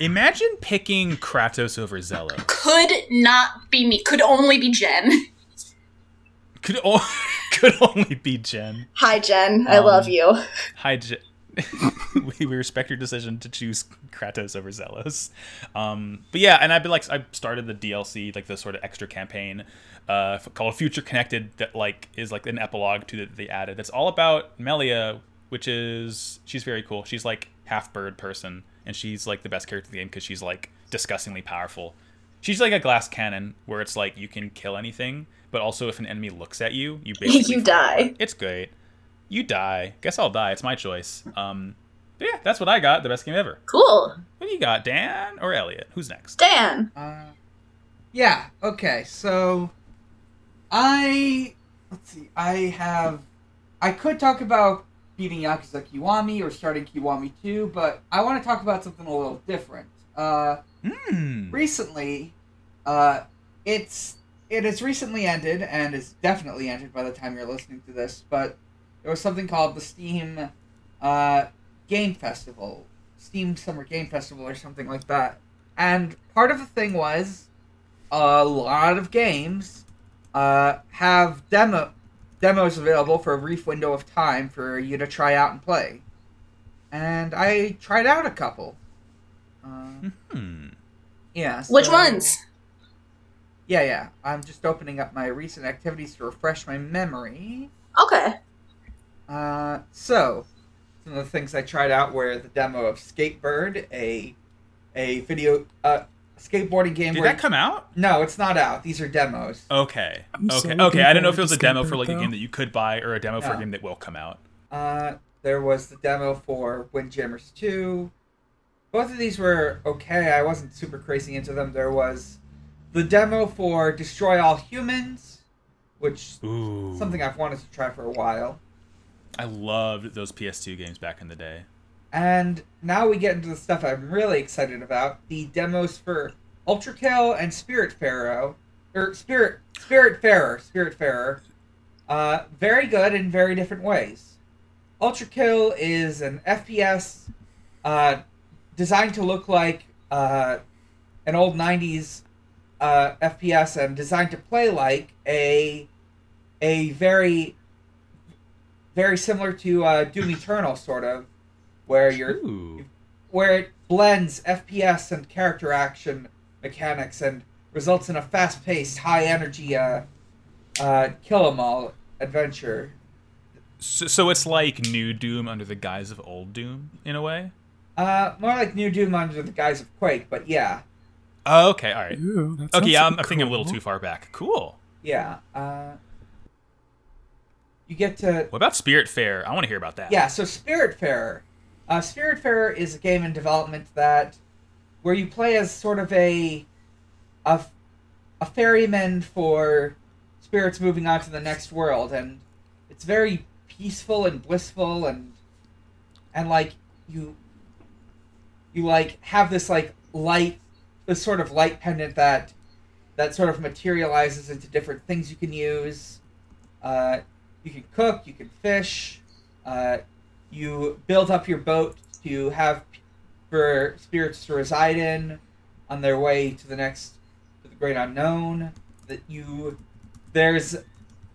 Speaker 4: Imagine picking Kratos over Zello.
Speaker 5: could not be me. Could only be Jen.
Speaker 4: Could o- could only be Jen.
Speaker 5: Hi, Jen. I love you.
Speaker 4: Hi, Jen. we we respect your decision to choose Kratos over Zelos. Um, but yeah, and I've been like, I started the DLC, like the sort of extra campaign uh, f- called Future Connected, that like is like an epilogue to that they added. That's all about Melia, which is she's very cool. She's like half bird person, and she's like the best character in the game because she's like disgustingly powerful. She's like a glass cannon where it's like you can kill anything, but also if an enemy looks at you, you basically
Speaker 5: You die.
Speaker 4: It's great. You die. Guess I'll die. It's my choice. Um, but yeah, that's what I got. The best game ever.
Speaker 5: Cool,
Speaker 4: What do you got, Dan or Elliot? Who's next?
Speaker 5: Dan.
Speaker 3: Uh, yeah. Okay. So, I let's see. I have. I could talk about beating Yakuza Kiwami or starting Kiwami Two, but I want to talk about something a little different. Uh,
Speaker 4: Hmm.
Speaker 3: recently, uh, it's it has recently ended and is definitely ended by the time you're listening to this. But there was something called the Steam uh, Game Festival, Steam Summer Game Festival, or something like that. And part of the thing was a lot of games uh, have demo demos available for a brief window of time for you to try out and play. And I tried out a couple. Uh,
Speaker 4: Hmm.
Speaker 3: yeah.
Speaker 5: Which
Speaker 3: so-
Speaker 5: ones?
Speaker 3: Yeah, yeah. I'm just opening up my recent activities to refresh my memory.
Speaker 5: Okay.
Speaker 3: Uh, so, some of the things I tried out were the demo of Skatebird, a a video uh, skateboarding game.
Speaker 4: Did
Speaker 3: where
Speaker 4: that come out?
Speaker 3: No, it's not out. These are demos.
Speaker 4: Okay.
Speaker 6: I'm so
Speaker 4: okay.
Speaker 6: looking
Speaker 4: okay. I didn't know if
Speaker 6: forward
Speaker 4: it was
Speaker 6: to
Speaker 4: a demo for
Speaker 6: Skatebird,
Speaker 4: like a
Speaker 6: though.
Speaker 4: game that you could buy or a demo for
Speaker 3: Yeah.
Speaker 4: a game that will come out.
Speaker 3: Uh, there was the demo for Windjammers 2. Both of these were okay. I wasn't super crazy into them. There was the demo for Destroy All Humans, which
Speaker 4: Ooh.
Speaker 3: something I've wanted to try for a while.
Speaker 4: I loved those PS2 games back in the day.
Speaker 3: And now we get into the stuff I'm really excited about: the demos for Ultra Kill and Spirit Pharaoh, or Spirit Spirit Farer, Spirit Farer. Uh, very good in very different ways. Ultra Kill is an FPS uh, designed to look like uh, an old '90s uh, FPS and designed to play like a a very very similar to uh, Doom Eternal sort of, where you're
Speaker 4: Ooh.
Speaker 3: where it blends FPS and character action mechanics and results in a fast-paced, high-energy uh, uh, kill 'em all adventure.
Speaker 4: So, so it's like new Doom under the guise of old Doom in a way.
Speaker 3: Uh, more like New Doom under the guise of Quake, but yeah,
Speaker 4: Oh, okay. All right.
Speaker 6: Ooh,
Speaker 4: Okay.
Speaker 6: that
Speaker 4: um,
Speaker 6: sounds
Speaker 4: Yeah, I'm,
Speaker 6: super
Speaker 4: I'm thinking a little
Speaker 6: cool.
Speaker 4: too far back. Cool.
Speaker 3: yeah. Uh, you get to
Speaker 4: What about Spirit Fair? I want to hear about that.
Speaker 3: Yeah, so Spiritfarer. Uh, Spiritfarer is a game in development that where you play as sort of a a, a ferryman for spirits moving on to the next world, and it's very peaceful and blissful, and and like you you like have this like light this sort of light pendant that that sort of materializes into different things you can use. Uh, you can cook, you can fish. Uh, you build up your boat to have p- for spirits to reside in on their way to the next to the great unknown. That you there's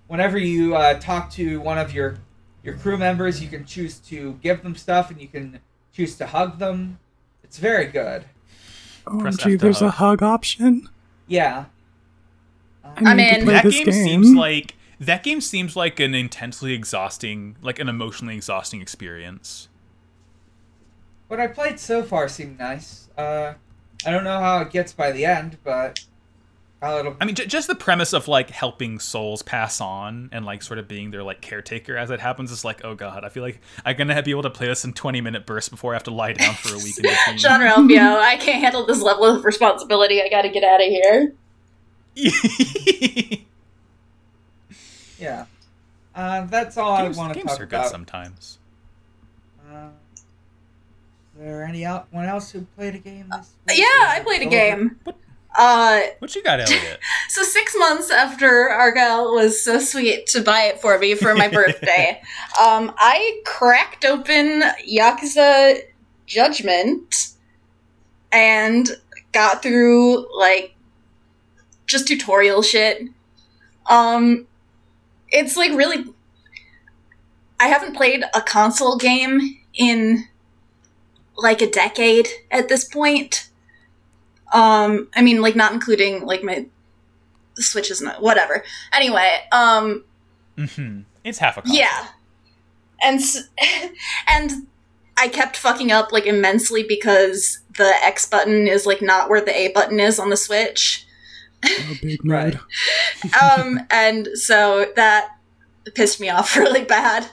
Speaker 3: whenever you uh, talk to one of your your crew members, you can choose to give them stuff, and you can choose to hug them. It's very good.
Speaker 4: Press F
Speaker 6: OMG,
Speaker 4: to
Speaker 6: oh, there's a hug option.
Speaker 3: Yeah.
Speaker 6: I
Speaker 5: I'm
Speaker 6: need to
Speaker 5: in.
Speaker 6: play
Speaker 4: that
Speaker 6: this
Speaker 4: game, seems like that game seems like an intensely exhausting, like an emotionally exhausting experience.
Speaker 3: What I played so far seemed nice. Uh, I don't know how it gets by the end, but how it'll.
Speaker 4: I mean, j- just the premise of like helping souls pass on and like sort of being their like caretaker as it happens is like, oh god, I feel like I'm gonna be able to play this in 20 minute bursts before I have to lie down for a week in between.
Speaker 5: John Ralphio, I can't handle this level of responsibility. I gotta get out of here.
Speaker 3: Yeah. Uh, that's all
Speaker 4: games
Speaker 3: I want to
Speaker 4: games
Speaker 3: talk
Speaker 4: are
Speaker 3: about.
Speaker 4: good sometimes.
Speaker 3: Uh, is there anyone else who played a game this week?
Speaker 5: Uh,
Speaker 3: Oh,
Speaker 5: Yeah, I played a game. Uh,
Speaker 4: What you got, Elliot?
Speaker 5: so six months after Argyle was so sweet to buy it for me for my birthday, um, I cracked open Yakuza Judgment and got through like just tutorial shit. Um, it's like really. I haven't played a console game in like a decade at this point. Um, I mean, like not including like my Switch is not whatever. Anyway, um,
Speaker 4: hmm It's half a. Cost.
Speaker 5: yeah, and s- and I kept fucking up like immensely because the X button is like not where the A button is on the Switch.
Speaker 6: Oh, big
Speaker 3: Right.
Speaker 6: mood.
Speaker 5: um, and so that pissed me off really bad.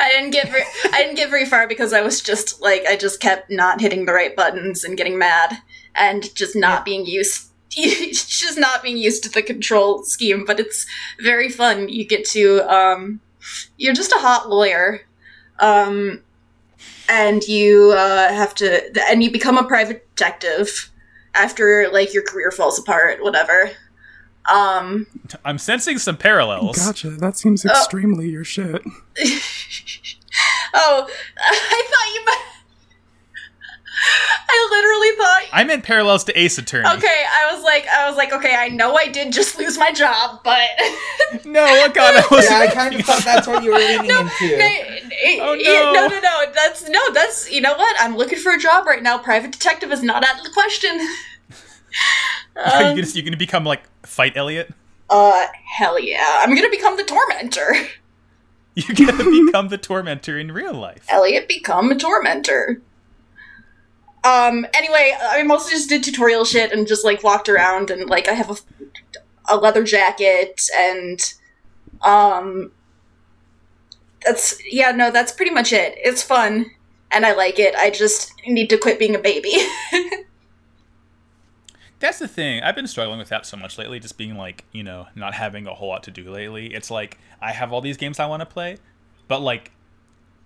Speaker 5: I didn't get very, I didn't get very far because I was just like I just kept not hitting the right buttons and getting mad and just not being used just not being used to the control scheme. But it's very fun. You get to um, you're just a hot lawyer, um, and you uh, have to and you become a private detective after like your career falls apart, whatever. Um,
Speaker 4: I'm sensing some parallels.
Speaker 6: Gotcha. That seems extremely your shit.
Speaker 5: oh, I thought you meant. I literally thought.
Speaker 4: I meant parallels to Ace Attorney.
Speaker 5: Okay, I was like, I was like, okay, I know I did just lose my job, but
Speaker 4: No, oh god, I was.
Speaker 3: Yeah, I kind of thought that's what you were leaning into.
Speaker 5: no,
Speaker 4: no.
Speaker 5: Oh, no, no, no, that's no, that's you know what? I'm looking for a job right now. Private detective is not out of the question. Um,
Speaker 4: Are you gonna, you gonna become like fight Elliot?
Speaker 5: Uh, hell yeah, I'm gonna become the tormentor.
Speaker 4: You're gonna become the tormentor in real life.
Speaker 5: Elliot become a tormentor. Um. Anyway, I mostly just did tutorial shit and just like walked around and like I have a, a leather jacket and, um. That's yeah no that's pretty much it. It's fun and I like it. I just need to quit being a baby.
Speaker 4: That's the thing. I've been struggling with that so much lately, just being like, you know, not having a whole lot to do lately. It's like I have all these games I want to play, but like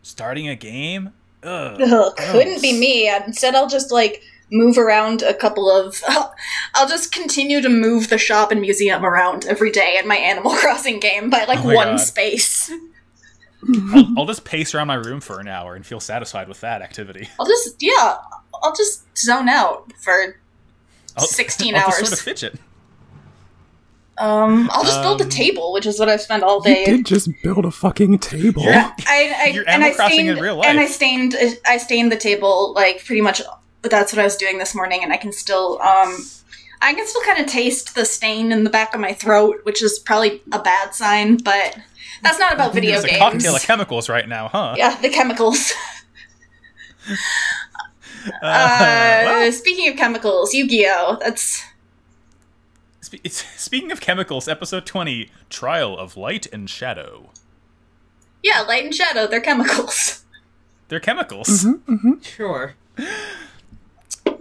Speaker 4: starting a game, ugh,
Speaker 5: Ugh,
Speaker 4: gross.
Speaker 5: couldn't be me. Instead, I'll just like move around a couple of. I'll just continue to move the shop and museum around every day in my Animal Crossing game by like
Speaker 4: Oh my
Speaker 5: one
Speaker 4: God.
Speaker 5: space.
Speaker 4: I'll, I'll just pace around my room for an hour and feel satisfied with that activity.
Speaker 5: I'll just yeah, I'll just zone out for
Speaker 4: I'll,
Speaker 5: 16
Speaker 4: I'll
Speaker 5: hours.
Speaker 4: Just sort of fidget.
Speaker 5: um. I'll just build a table, which is what I've spent all day.
Speaker 6: You did just build a fucking table.
Speaker 4: Yeah.
Speaker 5: I, I
Speaker 4: You're
Speaker 5: and
Speaker 4: Animal
Speaker 5: I
Speaker 4: Crossing
Speaker 5: stained
Speaker 4: in real
Speaker 5: and I
Speaker 4: life.
Speaker 5: stained I stained the table like pretty much. That's what I was doing this morning, and I can still um. I can still kind of taste the stain in the back of my throat, which is probably a bad sign, but that's not about video
Speaker 4: There's a
Speaker 5: games.
Speaker 4: cocktail of chemicals right now, huh?
Speaker 5: yeah, the chemicals.
Speaker 4: Uh,
Speaker 5: Uh,
Speaker 4: well,
Speaker 5: Speaking of chemicals, Yu-Gi-Oh. That's
Speaker 4: spe- it's- speaking of chemicals, episode 20 Trial of Light and Shadow.
Speaker 5: yeah, light and shadow. They're chemicals.
Speaker 4: They're chemicals.
Speaker 3: Sure.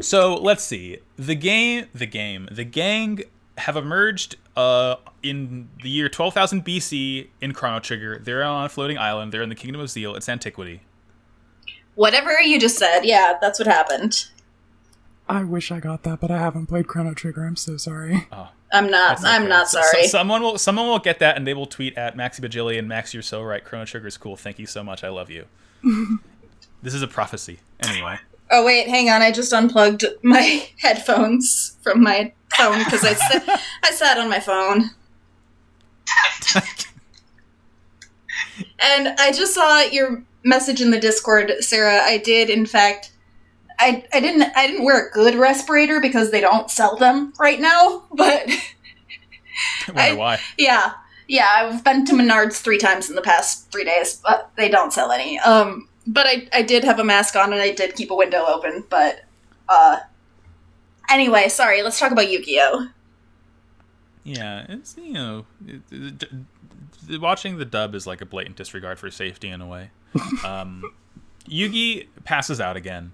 Speaker 4: So let's see. The game, the game, the gang have emerged uh, in the year 12,000 BC in Chrono Trigger. They're on a floating island. They're in the Kingdom of Zeal. It's antiquity.
Speaker 5: Whatever you just said, yeah, that's what happened.
Speaker 6: I wish I got that, but I haven't played Chrono Trigger. I'm so sorry.
Speaker 5: I'm not. I'm not
Speaker 4: So- so-
Speaker 5: sorry.
Speaker 4: someone will someone will get that and they will tweet at Maxi Bajilli and Max, you're so right. Chrono Trigger is cool. Thank you so much. I love you. this is a prophecy. Anyway.
Speaker 5: Oh wait, hang on. I just unplugged my headphones from my phone because I sat, I sat on my phone. and I just saw your message in the Discord, Sarah. I did, in fact. I, I didn't I didn't wear a good respirator because they don't sell them right now. But
Speaker 4: I wonder
Speaker 5: I-
Speaker 4: why.
Speaker 5: yeah, yeah, I've been to Menards three times in the past three days, but they don't sell any. Um, but I, I did have a mask on and I did keep a window open. But uh, anyway, sorry. Let's talk about Yu-Gi-Oh.
Speaker 4: Yeah, it's you know, it, it, it- watching the dub is like a blatant disregard for safety in a way. Um, Yugi passes out again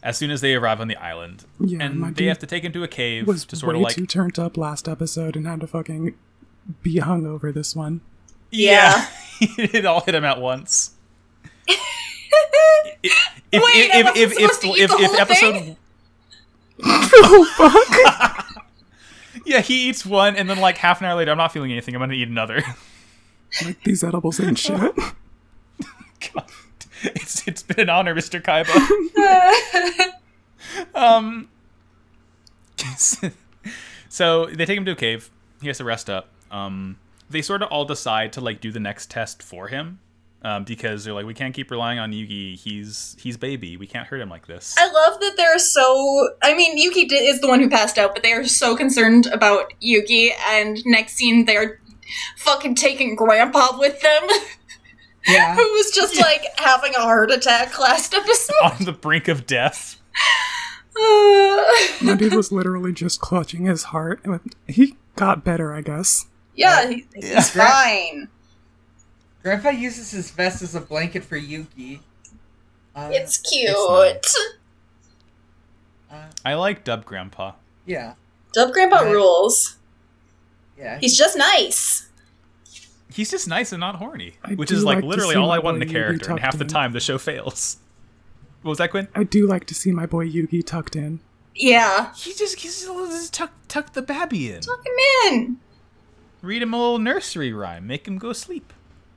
Speaker 4: as soon as they arrive on the island,
Speaker 6: Yeah,
Speaker 4: and
Speaker 6: my
Speaker 4: they
Speaker 6: dude
Speaker 4: have to take him to a cave
Speaker 6: was
Speaker 4: to sort
Speaker 6: way
Speaker 4: of like
Speaker 6: too turned up last episode and had to fucking be hung over this one.
Speaker 4: yeah, it all hit him at once. If- if,
Speaker 5: Wait, I wasn't supposed to eat the whole
Speaker 4: episode
Speaker 6: oh fuck!
Speaker 4: yeah he eats one and then like half an hour later I'm not feeling anything I'm gonna eat another
Speaker 6: like these edibles ain't shit.
Speaker 4: God. It's, it's been an honor, Mr. Kaiba. um, so they take him to a cave. He has to rest up. Um, they sort of all decide to like do the next test for him um, because they're like, we can't keep relying on Yugi. He's he's baby. We can't hurt him like this.
Speaker 5: I love that they're so. I mean, Yuki di- is the one who passed out, but they are so concerned about Yuki. And next scene, they're fucking taking Grandpa with them,
Speaker 3: Yeah.
Speaker 5: who was just like having a heart attack last episode.
Speaker 4: on the brink of death.
Speaker 5: Uh,
Speaker 6: my dude was literally just clutching his heart. and He got better, I guess.
Speaker 5: yeah, he- he's fine.
Speaker 3: Grandpa uses his vest as a blanket for Yuki. Uh,
Speaker 5: It's cute.
Speaker 4: It's I like Dub Grandpa.
Speaker 3: yeah,
Speaker 5: Dub Grandpa
Speaker 3: Right.
Speaker 5: rules.
Speaker 3: yeah.
Speaker 5: He's just nice.
Speaker 4: He's just nice and not horny,
Speaker 6: I
Speaker 4: which
Speaker 6: do
Speaker 4: is like,
Speaker 6: like to
Speaker 4: literally
Speaker 6: see
Speaker 4: all
Speaker 6: my
Speaker 4: I want in a
Speaker 6: boy Yugi
Speaker 4: character. And
Speaker 6: tucked
Speaker 4: half the
Speaker 6: in.
Speaker 4: time, the show fails. What was that, Quinn?
Speaker 6: I do like to see my boy Yugi tucked in.
Speaker 5: Yeah.
Speaker 4: He just he's a little just tuck tuck the babby in.
Speaker 5: Fucking man.
Speaker 4: Read him a little nursery rhyme. Make him go sleep.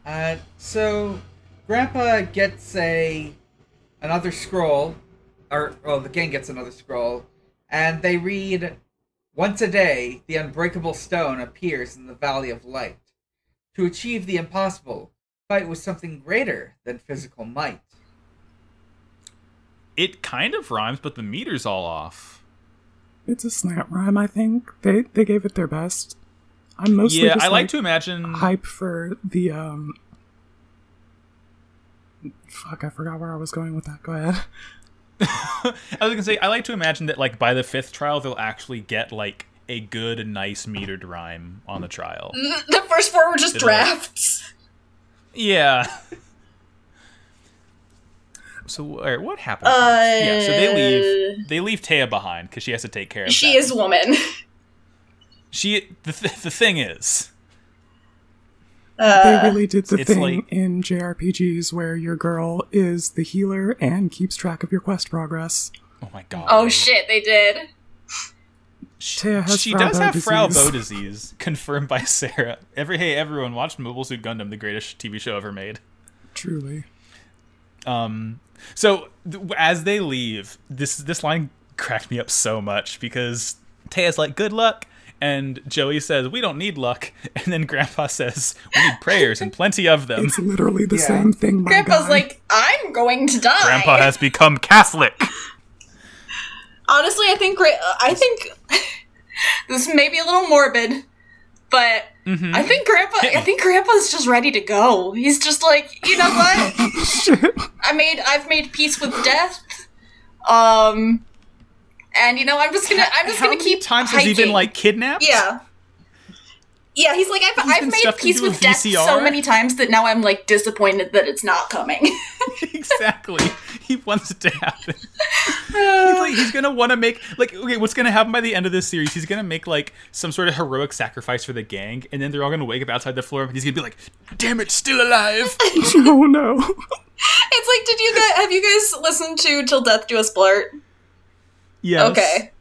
Speaker 3: Uh, so Grandpa gets a another scroll, or well, the gang gets another scroll, and they read, "Once a day, the unbreakable stone appears in the Valley of Light. To achieve the impossible, fight with something greater than physical might."
Speaker 4: It kind of rhymes, but the meter's all off.
Speaker 6: It's a snap rhyme, I think. They they gave it their best. I'm mostly
Speaker 4: yeah,
Speaker 6: just
Speaker 4: I like,
Speaker 6: like
Speaker 4: to imagine.
Speaker 6: hype for the um. Fuck! I forgot where I was going with that. Go ahead.
Speaker 4: I was gonna say I like to imagine that like by the fifth trial they'll actually get like a good nice metered rhyme on the trial.
Speaker 5: The the first four were just
Speaker 4: Did I-
Speaker 5: drafts.
Speaker 4: Yeah. So all right, what happens?
Speaker 5: Uh,
Speaker 4: next? yeah, so they leave. They leave Taya behind because she has to take care of.
Speaker 5: She
Speaker 4: that.
Speaker 5: is woman.
Speaker 4: She the th- the thing is.
Speaker 6: they really did the
Speaker 4: Uh, it's
Speaker 6: thing
Speaker 4: like-
Speaker 6: in JRPGs where your girl is the healer and keeps track of your quest progress.
Speaker 4: Oh my god.
Speaker 5: Oh shit, they did.
Speaker 4: She,
Speaker 6: Taya has
Speaker 4: she
Speaker 6: Frau
Speaker 4: does
Speaker 6: Bow
Speaker 4: have Frau
Speaker 6: disease.
Speaker 4: Bow disease, confirmed by Sarah. Every hey everyone, watch Mobile Suit Gundam, the greatest TV show ever made.
Speaker 6: Truly,
Speaker 4: Um, so th- as they leave, this this line cracked me up so much because Taya's like, "Good luck," and Joey says, "We don't need luck," and then Grandpa says, "We need prayers and plenty of them."
Speaker 6: it's literally the
Speaker 3: Yeah.
Speaker 6: same thing. My
Speaker 5: Grandpa's
Speaker 6: guy.
Speaker 5: like, I'm going to die.
Speaker 4: Grandpa has become Catholic.
Speaker 5: Honestly, I think gra- uh, I think this may be a little morbid, but
Speaker 4: Mm-hmm.
Speaker 5: I think Grandpa I think Grandpa's just ready to go. He's just like, you know what?
Speaker 6: shit.
Speaker 5: I made I've made peace with death. Um and you know, I'm just gonna I'm just
Speaker 4: How
Speaker 5: gonna
Speaker 4: many
Speaker 5: keep
Speaker 4: times
Speaker 5: hiking.
Speaker 4: has he been like kidnapped?
Speaker 5: Yeah. Yeah, he's like, I've, I've
Speaker 4: been
Speaker 5: made
Speaker 4: stuffed
Speaker 5: peace
Speaker 4: into a
Speaker 5: with death so
Speaker 4: VCR?
Speaker 5: many times that now I'm like disappointed that it's not coming.
Speaker 4: exactly. He wants it to happen. he's, like, he's gonna want to make like okay, what's gonna happen by the end of this series? He's gonna make like some sort of heroic sacrifice for the gang, and then they're all gonna wake up outside the floor, and he's gonna be like, "Damn it, still alive!"
Speaker 6: oh no.
Speaker 5: it's like, did you guys have you guys listened to Till Death Do Us Blurt?
Speaker 4: Yes.
Speaker 5: Okay.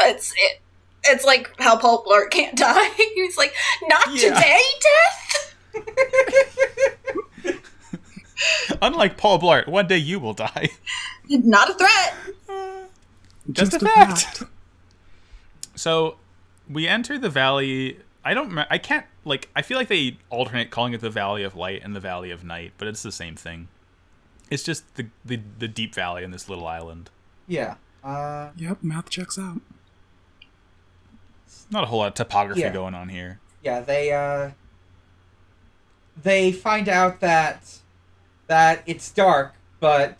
Speaker 5: It's it, it's like how Paul Blart can't die. He's like, not
Speaker 4: Yeah.
Speaker 5: today, death.
Speaker 4: Unlike Paul Blart, one day you will die.
Speaker 5: Not a threat.
Speaker 4: Just, a fact. So we enter the valley. I don't. me- I can't. Like I feel like they alternate calling it the Valley of Light and the Valley of Night, but it's the same thing. It's just the the, the deep valley in this little island.
Speaker 3: Yeah. Uh,
Speaker 6: Yep, math checks out.
Speaker 4: Not a whole lot of topography
Speaker 3: Yeah.
Speaker 4: going on here.
Speaker 3: yeah. They uh, they find out that that it's dark, but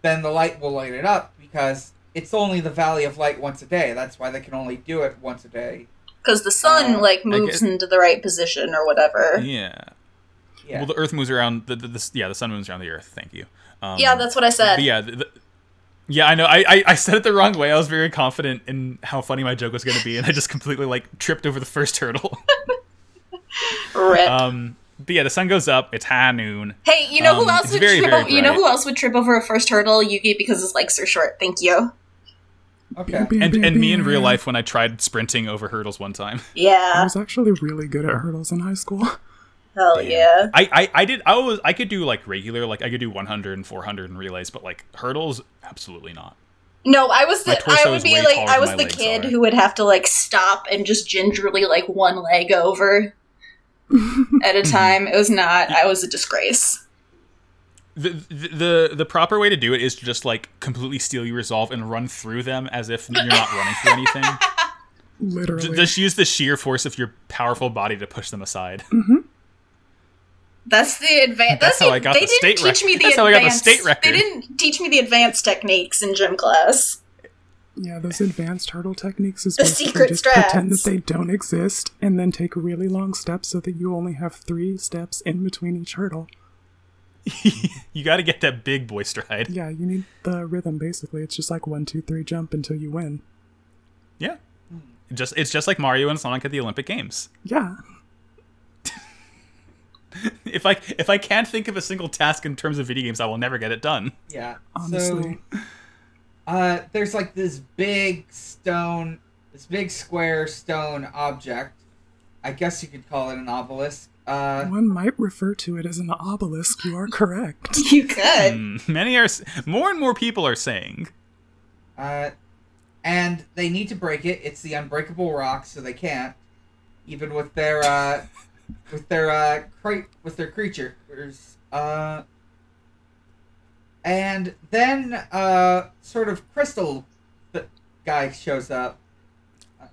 Speaker 3: then the light will light it up because it's only the Valley of Light once a day. That's why they can only do it once a day.
Speaker 5: Because the sun
Speaker 4: Oh,
Speaker 3: Uh,
Speaker 5: like
Speaker 4: guess-
Speaker 5: moves into the right position or whatever. Yeah,
Speaker 4: Yeah.
Speaker 3: Yeah.
Speaker 4: Well, the Earth moves around. The, the, the yeah, the sun moves around the Earth. Thank you. Um,
Speaker 5: that's what I said.
Speaker 4: But yeah, the, the- yeah, I know. I, I I said it the wrong way. I was very confident in how funny my joke was going to be, and I just completely like tripped over the first hurdle.
Speaker 5: Rip.
Speaker 4: Um, but yeah, the sun goes up. It's high noon.
Speaker 5: hey, you know
Speaker 4: um,
Speaker 5: who else
Speaker 4: it's
Speaker 5: would
Speaker 4: very,
Speaker 5: trip?
Speaker 4: very
Speaker 5: o- you know
Speaker 4: bright.
Speaker 5: who else would trip over a first hurdle? Yugi because his legs are short. Thank you.
Speaker 3: okay.
Speaker 4: And and me in real life when I tried sprinting over hurdles one time.
Speaker 6: I
Speaker 5: Yeah.
Speaker 6: was actually really good at hurdles in high school.
Speaker 5: Hell yeah.
Speaker 4: I, I I did. I was I could do like regular, like I could do 100 and 400 and relays, but like hurdles, absolutely not.
Speaker 5: No, I was
Speaker 4: My
Speaker 5: the
Speaker 4: torso
Speaker 5: I would
Speaker 4: is
Speaker 5: be
Speaker 4: way
Speaker 5: like
Speaker 4: taller
Speaker 5: I
Speaker 4: than
Speaker 5: was
Speaker 4: my
Speaker 5: the
Speaker 4: legs
Speaker 5: kid
Speaker 4: are.
Speaker 5: who would have to like stop and just gingerly like one leg over
Speaker 4: Mm-hmm.
Speaker 5: at a time. It was not. I was a disgrace.
Speaker 4: The, the the the proper way to do it is to just like completely steal your resolve and run through them as if you're not running through anything.
Speaker 6: Literally.
Speaker 4: J- Just use the sheer force of your powerful body to push them aside.
Speaker 5: That's the advance.
Speaker 4: That's how I got
Speaker 5: they
Speaker 4: the
Speaker 5: didn't
Speaker 4: state
Speaker 5: teach
Speaker 4: rec-
Speaker 5: me the advanced.
Speaker 4: that's how I got the state record.
Speaker 5: They didn't teach me the advanced techniques in gym class.
Speaker 6: Yeah, those advanced hurdle techniques is
Speaker 5: The
Speaker 6: basically
Speaker 5: secret
Speaker 6: just pretend that
Speaker 5: strats.
Speaker 6: they don't exist and then take really long steps so that you only have three steps in between each hurdle.
Speaker 4: You got to get that big boy stride.
Speaker 6: Yeah, you need the rhythm basically. It's just like one, two, three, jump until you win.
Speaker 4: Yeah. Just it's just like Mario and Sonic at the Olympic Games.
Speaker 6: Yeah.
Speaker 4: If I if I can't think of a single task in terms of video games, I will never get it done.
Speaker 3: Yeah.
Speaker 6: Honestly.
Speaker 3: So, uh, there's like this big stone, this big square stone object. I guess you could call it an obelisk. Uh,
Speaker 6: One might refer to it as an obelisk. You are correct.
Speaker 5: You could.
Speaker 4: Hmm. Many are s- more and more people are saying
Speaker 3: uh, and they need to break it. It's the unbreakable rock, so they can't, even with their uh, with their uh, cre- with their creatures. Uh, and then uh, sort of crystal th- guy shows up.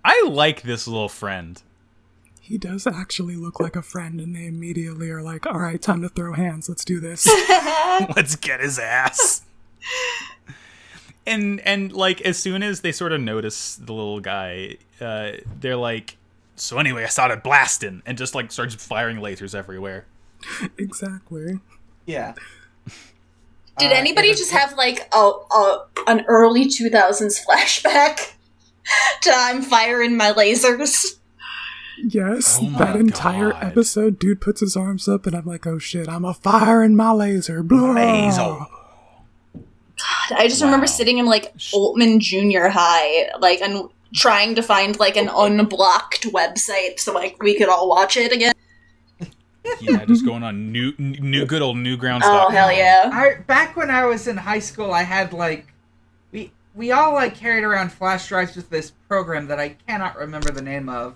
Speaker 4: I like this little friend.
Speaker 6: He does actually look like a friend, and they immediately are like, all right, time to throw hands. Let's do this.
Speaker 4: Let's get his ass. and and like as soon as they sort of notice the little guy, uh, they're like, "So anyway, I started blasting," and just like starts firing lasers everywhere.
Speaker 6: exactly.
Speaker 3: Yeah.
Speaker 5: Did
Speaker 3: Uh,
Speaker 5: anybody
Speaker 3: it was-
Speaker 5: just have like a, a an early two thousands flashback to I'm firing my lasers?
Speaker 6: Yes,
Speaker 4: Oh my
Speaker 6: that entire
Speaker 4: God.
Speaker 6: episode, dude puts his arms up, and I'm like, oh shit, I'm a fire in my laser. Blah.
Speaker 4: Laser.
Speaker 5: I just remember
Speaker 4: Wow.
Speaker 5: sitting in like Altman Junior High, like and trying to find like an
Speaker 3: Oh.
Speaker 5: unblocked website so like we could all watch it again.
Speaker 4: Yeah, just going on new new good old newgrounds.
Speaker 5: Oh hell yeah!
Speaker 3: I back when I was in high school, I had like we we all like carried around flash drives with this program that I cannot remember the name of,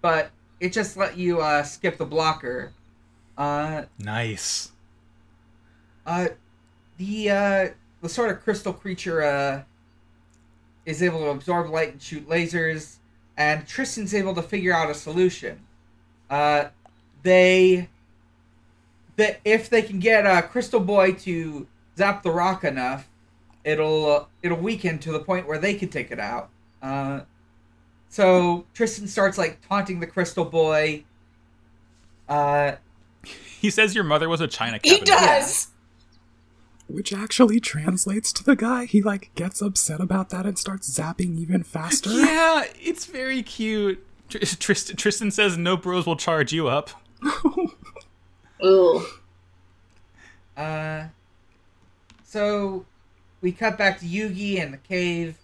Speaker 3: but it just let you uh, skip the blocker. Uh,
Speaker 4: Nice.
Speaker 3: uh, the uh, the sort of crystal creature uh, is able to absorb light and shoot lasers, and Tristan's able to figure out a solution. Uh, they that if they can get uh, Crystal Boy to zap the rock enough, it'll uh, it'll weaken to the point where they can take it out. Uh, so Tristan starts like taunting the Crystal Boy. Uh,
Speaker 4: He says your mother was a China
Speaker 5: He
Speaker 4: cabinet.
Speaker 5: does.
Speaker 6: Which actually translates to the guy. He like gets upset about that and starts zapping even faster.
Speaker 4: Yeah, it's very cute. Tr- Trist- Tristan says no bros will charge you up.
Speaker 5: Ooh,
Speaker 3: Uh, so we cut back to Yugi and the cave,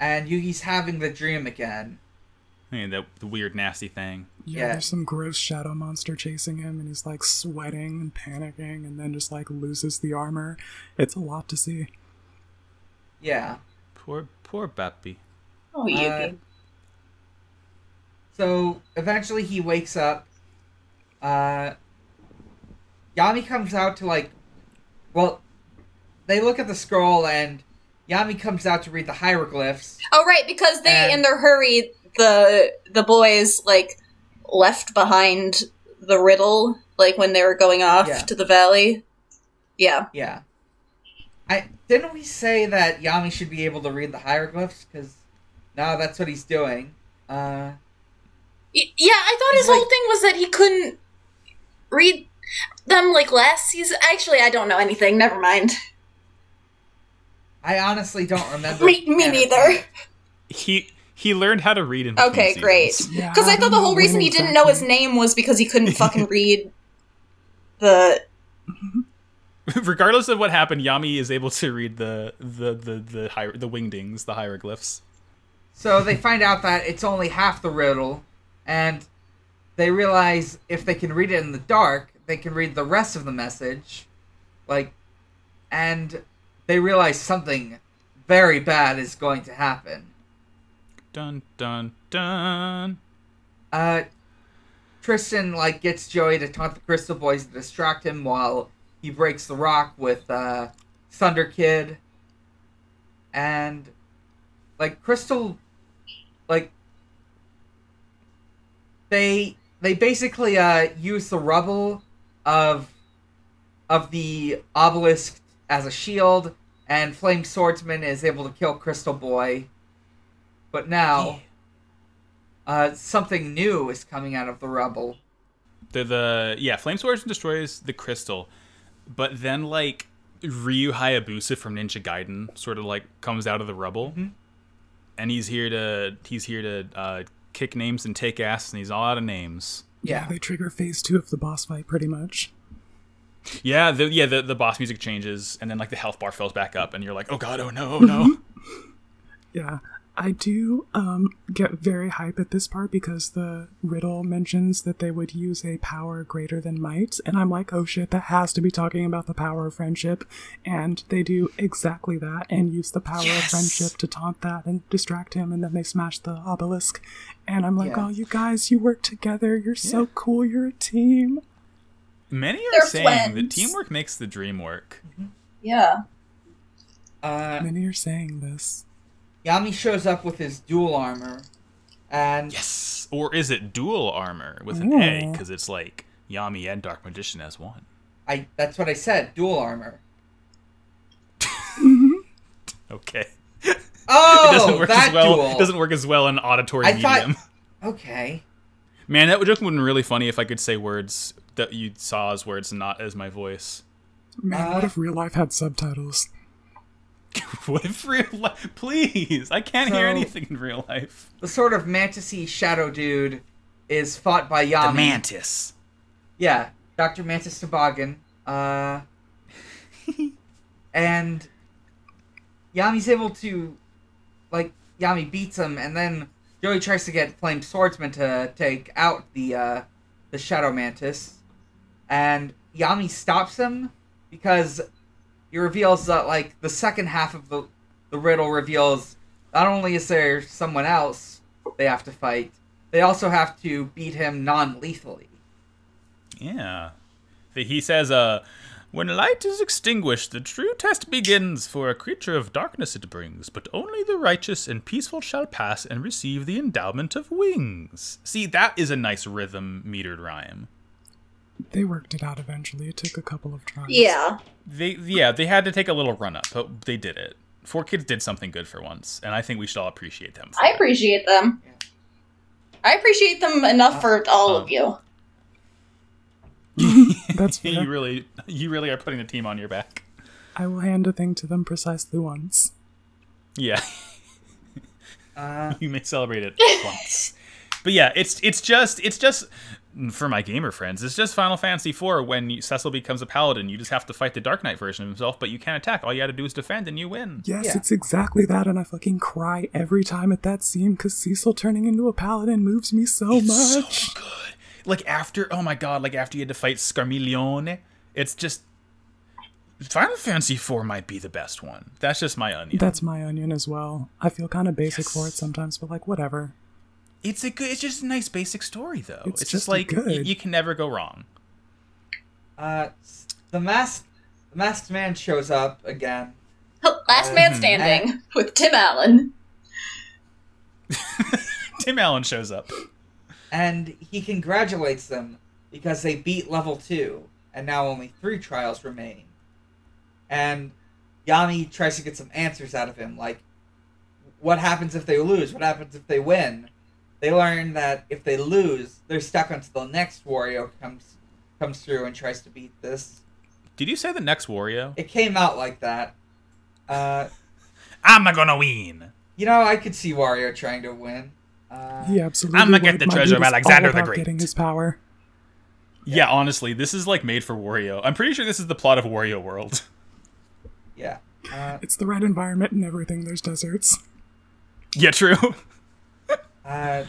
Speaker 3: and Yugi's having the dream again.
Speaker 4: I mean, the, the weird, nasty thing.
Speaker 6: Yeah,
Speaker 3: Yeah.
Speaker 6: there's some gross shadow monster chasing him, and he's like sweating and panicking, and then just like loses the armor. It's a lot to see.
Speaker 3: Yeah.
Speaker 4: Poor, poor Bappy.
Speaker 5: Oh, you
Speaker 3: Uh, So eventually he wakes up. Uh, Yami comes out to like, well, they look at the scroll and Yami comes out to read the hieroglyphs.
Speaker 5: Oh, right, because they,
Speaker 3: And-
Speaker 5: in their hurry, the the boys like left behind the riddle, like when they were going off
Speaker 3: Yeah.
Speaker 5: to the valley. Yeah,
Speaker 3: Yeah. I didn't we say that Yami should be able to read the hieroglyphs? Because now that's what he's doing. Uh,
Speaker 5: Y- yeah. I thought his
Speaker 3: Like-
Speaker 5: whole thing was that he couldn't read them like last season. Actually, I don't know anything. Never mind.
Speaker 3: I honestly don't remember.
Speaker 5: Me, me
Speaker 3: Anna.
Speaker 5: neither.
Speaker 4: He he learned how to read in between
Speaker 5: Okay,
Speaker 4: seasons.
Speaker 5: great.
Speaker 6: Yeah,
Speaker 5: Because I thought
Speaker 6: don't
Speaker 5: the
Speaker 6: know
Speaker 5: whole
Speaker 6: when
Speaker 5: reason he didn't know his
Speaker 6: exactly-
Speaker 5: name was because he couldn't fucking read the.
Speaker 4: Regardless of what happened, Yami is able to read the the the the, hier- the wingdings, the hieroglyphs.
Speaker 3: So they find out that it's only half the riddle, and they realize if they can read it in the dark, they can read the rest of the message. Like, and they realize something very bad is going to happen.
Speaker 4: Dun dun dun.
Speaker 3: Uh, Tristan like gets Joey to taunt the Crystal Boys to distract him while he breaks the rock with uh, Thunder Kid, and like Crystal, like they they basically uh, use the rubble of of the obelisk as a shield, and Flame Swordsman is able to kill Crystal Boy, but now uh, something new is coming out of the rubble.
Speaker 4: The the yeah, Flame Swords destroys the crystal, but then like Ryu Hayabusa from Ninja Gaiden sort of like comes out of the rubble, and he's here to he's here to uh, kick names and take ass, and he's all out of names.
Speaker 6: Yeah, they trigger phase two of the boss fight pretty much.
Speaker 4: Yeah, the, yeah. The, the boss music changes, and then like the health bar fills back up, and you're like, oh god, oh no, oh no.
Speaker 6: Yeah. I do um, get very hype at this part because the riddle mentions that they would use a power greater than might, and I'm like, oh shit, that has to be talking about the power of friendship. And they do exactly that and use the power of friendship to taunt that and distract him, and then they smash the obelisk. And I'm like,
Speaker 3: Yeah.
Speaker 6: oh, you guys, you work together. You're so cool. You're a team.
Speaker 4: Many are
Speaker 5: They're
Speaker 4: saying that
Speaker 5: friends.
Speaker 4: teamwork makes the dream work.
Speaker 5: Yeah.
Speaker 3: Uh,
Speaker 6: Many are saying this.
Speaker 3: Yami shows up with his dual armor, and
Speaker 4: Yes, or is it dual armor with an A? Because it's like Yami and Dark Magician as one.
Speaker 3: I that's what I said, dual armor.
Speaker 4: Okay,
Speaker 3: Oh,
Speaker 4: doesn't work
Speaker 3: that
Speaker 4: as well.
Speaker 3: dual.
Speaker 4: Doesn't work as well in auditory
Speaker 3: I thought-
Speaker 4: medium.
Speaker 3: Okay.
Speaker 4: Man, that joke would have been really funny if I could say words that you saw as words, not as my voice.
Speaker 6: Man,
Speaker 3: Uh,
Speaker 6: what if real life had subtitles?
Speaker 4: what if real life? Please, I can't hear
Speaker 3: So-
Speaker 4: anything in real life.
Speaker 3: The sort of mantisy shadow dude is fought by Yami.
Speaker 4: mantis.
Speaker 3: Yeah, Doctor Mantis Toboggan. Uh, and Yami's able to, like, Yami beats him, and then Joey tries to get Flame Swordsman to take out the uh, the Shadow Mantis, and Yami stops him because he reveals that like the second half of the the riddle reveals not only is there someone else they have to fight, they also have to beat him non-lethally.
Speaker 4: Yeah. Th- He says, uh, when light is extinguished, the true test begins, for a creature of darkness it brings, but only the righteous and peaceful shall pass and receive the endowment of wings. See, that is a nice rhythm metered rhyme.
Speaker 6: They worked it out eventually. It took a couple of tries.
Speaker 5: Yeah.
Speaker 4: They, yeah, they had to take a little run up, but they did it. Four kids did something good for once, and I think we should all appreciate them. for
Speaker 5: I
Speaker 4: it.
Speaker 5: appreciate them. I appreciate them enough for all of you.
Speaker 6: That's fair.
Speaker 4: you really, you really are putting the team on your back.
Speaker 6: I will hand a thing to them precisely once.
Speaker 4: Yeah.
Speaker 3: Uh,
Speaker 4: you may celebrate it once. But yeah, it's it's just it's just for my gamer friends, it's just Final Fantasy IV when you, Cecil becomes a paladin. You just have to fight the Dark Knight version of himself, but you can't attack. All you got to do is defend, and you win.
Speaker 6: Yes,
Speaker 3: Yeah.
Speaker 6: it's exactly that, and I fucking cry every time at that scene because Cecil turning into a paladin moves me so
Speaker 4: So
Speaker 6: much.
Speaker 4: good. Like after, oh my god! Like after you had to fight Scarmiglione, it's just Final Fantasy IV might be the best one. That's just my onion.
Speaker 6: That's my onion as well. I feel kind of basic for it sometimes, but like whatever.
Speaker 4: it's a good. It's just a nice basic story though.
Speaker 6: It's
Speaker 4: It's,
Speaker 6: just
Speaker 4: just like y-
Speaker 6: good.
Speaker 4: you can never go wrong.
Speaker 3: Uh, s- the masked the masked man shows up again.
Speaker 5: Last man
Speaker 4: Mm-hmm.
Speaker 5: standing with Tim Allen.
Speaker 4: Tim Allen shows up.
Speaker 3: and he congratulates them because they beat level two, and now only three trials remain. And Yami tries to get some answers out of him, like what happens if they lose? What happens if they win? They learn that if they lose, they're stuck until the next Wario comes comes through and tries to beat this.
Speaker 4: Did you say the next Wario?
Speaker 3: It came out like that. Uh,
Speaker 4: I'm not gonna win.
Speaker 3: you know, I could see Wario trying to win. Uh,
Speaker 6: He absolutely.
Speaker 4: I'ma get
Speaker 6: would.
Speaker 4: the
Speaker 6: My
Speaker 4: treasure of
Speaker 6: dude is all
Speaker 4: Alexander the
Speaker 6: about
Speaker 4: Great.
Speaker 6: Getting his power.
Speaker 4: Yeah, honestly, this is like made for Wario. I'm pretty sure this is the plot of Wario World.
Speaker 3: yeah. Uh,
Speaker 6: It's the right environment and everything. There's deserts.
Speaker 4: yeah, true.
Speaker 3: Uh,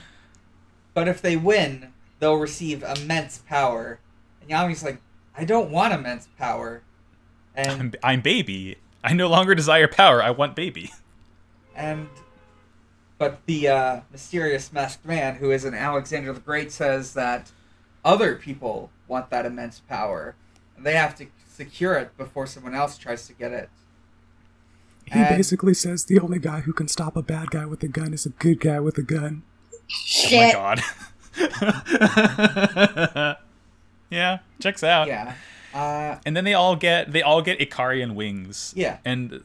Speaker 3: but if they win, they'll receive immense power. And Yami's like, I don't want immense power. And
Speaker 4: I'm, I'm baby. I no longer desire power. I want baby.
Speaker 3: and but the uh, mysterious masked man, who is an Alexander the Great, says that other people want that immense power, and they have to secure it before someone else tries to get it.
Speaker 6: He
Speaker 3: And-
Speaker 6: basically says the only guy who can stop a bad guy with a gun is a good guy with a gun.
Speaker 4: Oh my
Speaker 5: Shit.
Speaker 4: god. yeah, checks out.
Speaker 3: Yeah. Uh,
Speaker 4: And then they all get they all get Ikarian wings.
Speaker 3: Yeah.
Speaker 4: And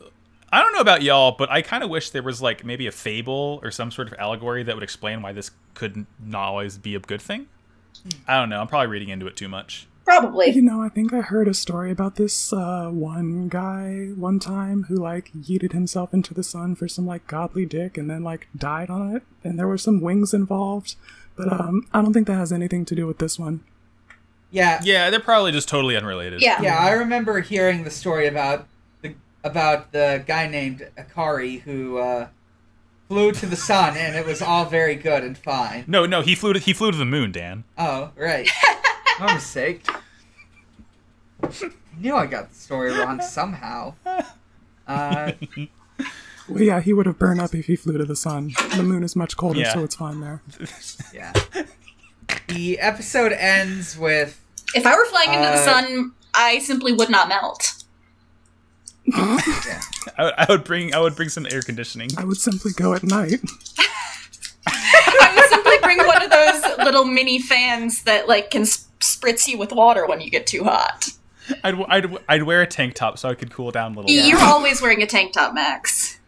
Speaker 4: I don't know about y'all, but I kind of wish there was like maybe a fable or some sort of allegory that would explain why this could not always be a good thing. I don't know. I'm probably reading into it too much.
Speaker 6: You
Speaker 5: Probably.
Speaker 6: know, I think I heard a story about this uh, one guy one time who like yeeted himself into the sun for some like godly dick and then like died on it, and there were some wings involved. But um, I don't think that has anything to do with this one.
Speaker 3: yeah.
Speaker 4: Yeah, they're probably just totally unrelated.
Speaker 5: Yeah.
Speaker 3: Yeah, I remember hearing the story about the about the guy named Akari who uh, flew to the sun, and it was all very good and fine.
Speaker 4: No, no, he flew to he flew to the moon, Dan.
Speaker 3: Oh, right. My mistake. I knew I got the story wrong somehow. Uh,
Speaker 6: Well, yeah, he would have burned up if he flew to the sun. The moon is much colder,
Speaker 4: Yeah.
Speaker 6: so it's fine there.
Speaker 3: yeah. The episode ends with
Speaker 5: If I were flying into the
Speaker 3: Uh,
Speaker 5: sun, I simply would not melt.
Speaker 4: I, I would bring I would bring some air conditioning.
Speaker 6: I would simply go at night.
Speaker 5: I would simply bring one of those little mini fans that like can sp- spritz you with water when you get too hot.
Speaker 4: I'd, I'd, I'd wear a tank top so I could cool down a little.
Speaker 5: You're always wearing a tank top, Max.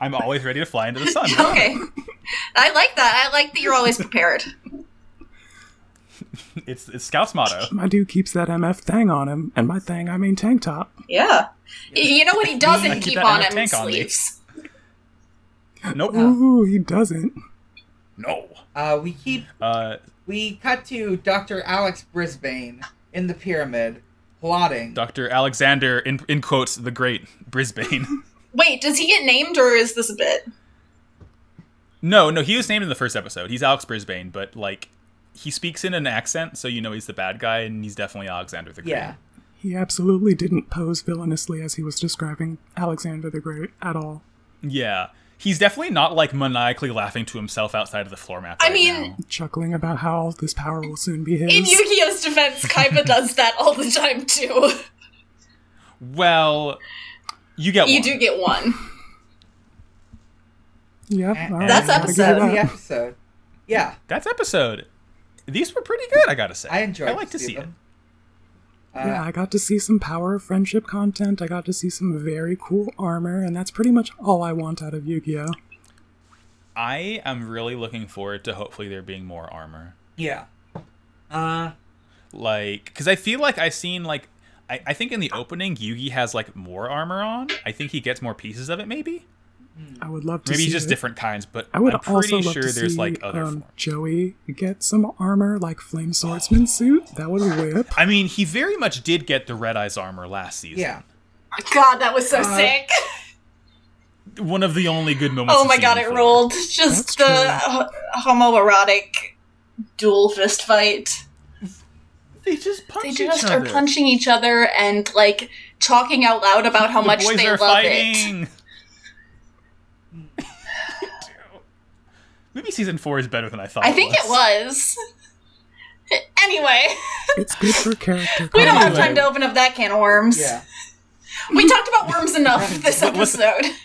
Speaker 4: I'm always ready to fly into the sun.
Speaker 5: Okay. I like that. I like that you're always prepared.
Speaker 4: It's, it's Scout's motto.
Speaker 6: My dude keeps that MF thing on him, and by thing I mean tank top.
Speaker 5: Yeah. Y- You know what he
Speaker 4: I
Speaker 5: doesn't
Speaker 4: keep
Speaker 5: keep
Speaker 4: that
Speaker 5: on
Speaker 4: MF
Speaker 5: him?
Speaker 4: tank on me.
Speaker 5: Sleeves.
Speaker 4: Nope.
Speaker 6: Ooh, he doesn't.
Speaker 4: No.
Speaker 3: uh, we keep
Speaker 4: Uh,
Speaker 3: we cut to Dr. Alex Brisbane in the pyramid plotting.
Speaker 4: Dr. Alexander, in, in quotes, the great Brisbane.
Speaker 5: Wait, does he get named or is this a bit?
Speaker 4: no, no, he was named in the first episode. He's Alex Brisbane, but like he speaks in an accent, so you know he's the bad guy, and he's definitely Alexander the Great.
Speaker 3: yeah.
Speaker 6: He absolutely didn't pose villainously as he was describing Alexander the Great at all.
Speaker 4: Yeah. He's definitely not like maniacally laughing to himself outside of the floor mat.
Speaker 5: I
Speaker 4: right
Speaker 5: mean,
Speaker 4: now.
Speaker 6: Chuckling about how this power will soon be his.
Speaker 5: In Yu-Gi-Oh's defense, Kaiba does that all the time too.
Speaker 4: well, you get
Speaker 5: You
Speaker 4: one.
Speaker 5: do get one.
Speaker 6: Yep,
Speaker 3: And-
Speaker 6: all right,
Speaker 5: That's
Speaker 6: I gotta give you
Speaker 5: episode.
Speaker 6: that.
Speaker 3: the episode. Yeah,
Speaker 4: That's episode. These were pretty good, I gotta say.
Speaker 3: I enjoyed.
Speaker 4: I like to see it.
Speaker 3: them. Uh,
Speaker 6: Yeah, I got to see some power of friendship content. I got to see some very cool armor, and that's pretty much all I want out of Yu-Gi-Oh.
Speaker 4: I am really looking forward to hopefully there being more armor.
Speaker 3: yeah. Uh,
Speaker 4: Like, because I feel like I've seen, like, I, I think in the opening, Yugi has, like, more armor on. I think he gets more pieces of it, maybe?
Speaker 6: I would love to
Speaker 4: Maybe
Speaker 6: see
Speaker 4: just
Speaker 6: it.
Speaker 4: different kinds, but
Speaker 6: I would
Speaker 4: am pretty
Speaker 6: also love
Speaker 4: sure
Speaker 6: to
Speaker 4: there's
Speaker 6: see
Speaker 4: like other
Speaker 6: um,
Speaker 4: forms.
Speaker 6: Joey get some armor, like flame swordsman suit. That would whip.
Speaker 4: I mean, he very much did get the Red Eyes armor last season.
Speaker 3: Yeah.
Speaker 5: God, that was so
Speaker 4: Uh,
Speaker 5: sick.
Speaker 4: One of the only good moments.
Speaker 5: Oh
Speaker 4: of
Speaker 5: my god, it
Speaker 4: season four.
Speaker 5: rolled.
Speaker 6: That's
Speaker 5: Just
Speaker 6: true.
Speaker 5: the ho- homoerotic dual fist fight.
Speaker 4: They just punch
Speaker 5: They
Speaker 4: each
Speaker 5: just are
Speaker 4: other.
Speaker 5: punching each other and like talking out loud about how
Speaker 4: the
Speaker 5: much
Speaker 4: boys
Speaker 5: they
Speaker 4: are
Speaker 5: love it.
Speaker 4: fighting. Maybe season four is better than I thought.
Speaker 5: I think it was. Anyway,
Speaker 6: It's good for character.
Speaker 5: we don't have
Speaker 4: Anyway.
Speaker 5: time to open up that can of worms.
Speaker 3: Yeah.
Speaker 5: We talked about worms enough this episode.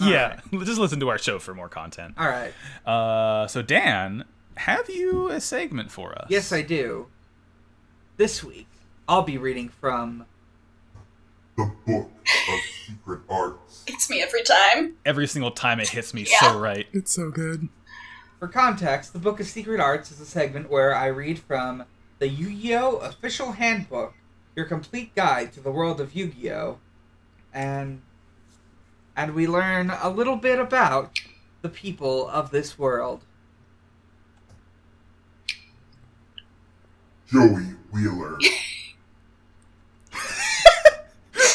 Speaker 4: Yeah, just listen to our show for more content.
Speaker 3: All right.
Speaker 4: Uh, so Dan, have you a segment for us?
Speaker 3: Yes, I do. This week, I'll be reading from.
Speaker 7: The Book of Secret Arts.
Speaker 5: It's me every time.
Speaker 4: Every single time it hits me
Speaker 5: Yeah.
Speaker 4: so right.
Speaker 6: It's so good.
Speaker 3: For context, the Book of Secret Arts is a segment where I read from the Yu Gi Oh! Official Handbook, your complete guide to the world of Yu Gi Oh! And. And we learn a little bit about the people of this world.
Speaker 7: Joey Wheeler.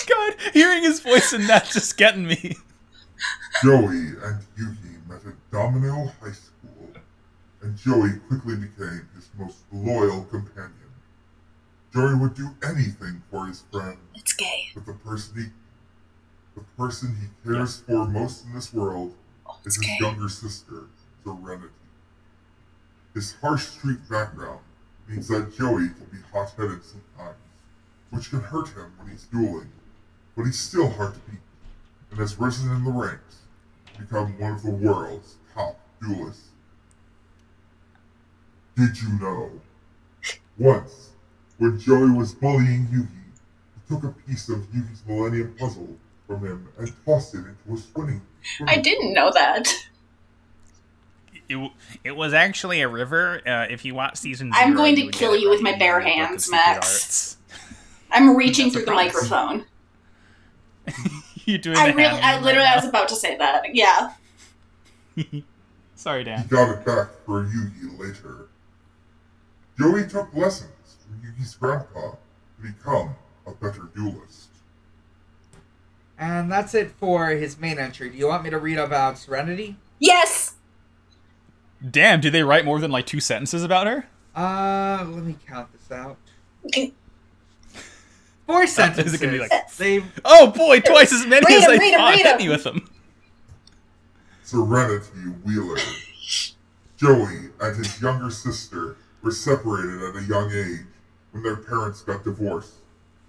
Speaker 4: God, hearing his voice and that just getting me.
Speaker 7: Joey and Yugi met at Domino High School, and Joey quickly became his most loyal companion. Joey would do anything for his friend,
Speaker 5: It's gay.
Speaker 7: but the person he the person he cares for most in this world is his
Speaker 5: Okay.
Speaker 7: younger sister, Serenity. His harsh street background means that Joey can be hot headed sometimes, which can hurt him when he's dueling, but he's still hard to beat, and has risen in the ranks to become one of the world's top duelists. Did you know? Once, when Joey was bullying Yugi, he took a piece of Yugi's Millennium Puzzle from him and tossed it into a swimming. swimming
Speaker 5: I didn't know that.
Speaker 4: It, w- it was actually a river. Uh, if you watch season,
Speaker 5: I'm
Speaker 4: zero,
Speaker 5: going to
Speaker 4: would
Speaker 5: kill
Speaker 4: get it
Speaker 5: you with
Speaker 4: right
Speaker 5: my
Speaker 4: in
Speaker 5: bare
Speaker 4: the Book of
Speaker 5: hands,
Speaker 4: Secret
Speaker 5: Max.
Speaker 4: Arts.
Speaker 5: I'm reaching through the
Speaker 4: surprised.
Speaker 5: microphone.
Speaker 4: You're doing.
Speaker 5: I
Speaker 4: the
Speaker 5: really,
Speaker 4: hand
Speaker 5: I
Speaker 4: right
Speaker 5: literally,
Speaker 4: now.
Speaker 5: I was about to say that. Yeah.
Speaker 4: Sorry, Dan.
Speaker 7: He got it back for Yugi later. Joey took lessons from Yugi's grandpa to become a better duelist.
Speaker 3: And that's it for his main entry. Do you want me to read about Serenity?
Speaker 5: Yes.
Speaker 4: Damn, do they write more than like two sentences about her?
Speaker 3: Uh, let me count this out.
Speaker 5: Okay.
Speaker 3: Four
Speaker 4: Uh, Is
Speaker 3: sentences.
Speaker 4: it gonna be like-
Speaker 3: They
Speaker 4: Oh boy, twice as many
Speaker 5: Read
Speaker 4: as
Speaker 5: 'em,
Speaker 4: I
Speaker 5: read 'em,
Speaker 4: thought.
Speaker 5: read
Speaker 4: Hit
Speaker 5: 'em.
Speaker 4: me with them.
Speaker 7: Serenity Wheeler. Joey and his younger sister were separated at a young age when their parents got divorced,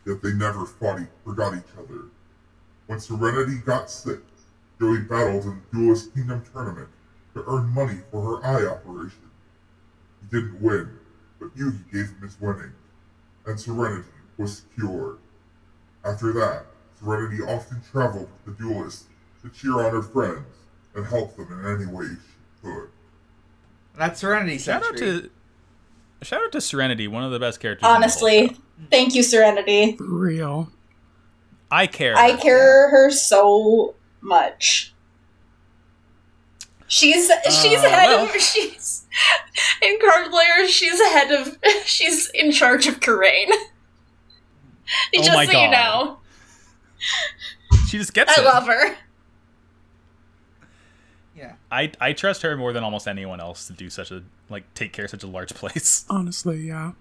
Speaker 7: yet they never fought e- forgot each other. When Serenity got sick, Joey battled in the Duelist Kingdom tournament to earn money for her eye operation. He didn't win, but Yugi gave him his winning, and Serenity was cured. After that, Serenity often traveled with the duelist to cheer on her friends and help them in any way she could.
Speaker 3: that's Serenity's
Speaker 4: Shout out
Speaker 3: entry.
Speaker 4: to Shout out to Serenity, one of the best characters. in the whole show.
Speaker 5: Honestly, thank you, Serenity.
Speaker 6: For real.
Speaker 4: I care.
Speaker 5: I care her so much. She's she's
Speaker 4: Uh,
Speaker 5: ahead
Speaker 4: well.
Speaker 5: of she's in card player. She's ahead of she's in charge of Karain. Just
Speaker 4: Oh my
Speaker 5: so
Speaker 4: God.
Speaker 5: you know,
Speaker 4: She just gets
Speaker 5: I
Speaker 4: it.
Speaker 5: love her.
Speaker 3: Yeah.
Speaker 4: I I trust her more than almost anyone else to do such a like take care of such a large place.
Speaker 6: Honestly, yeah.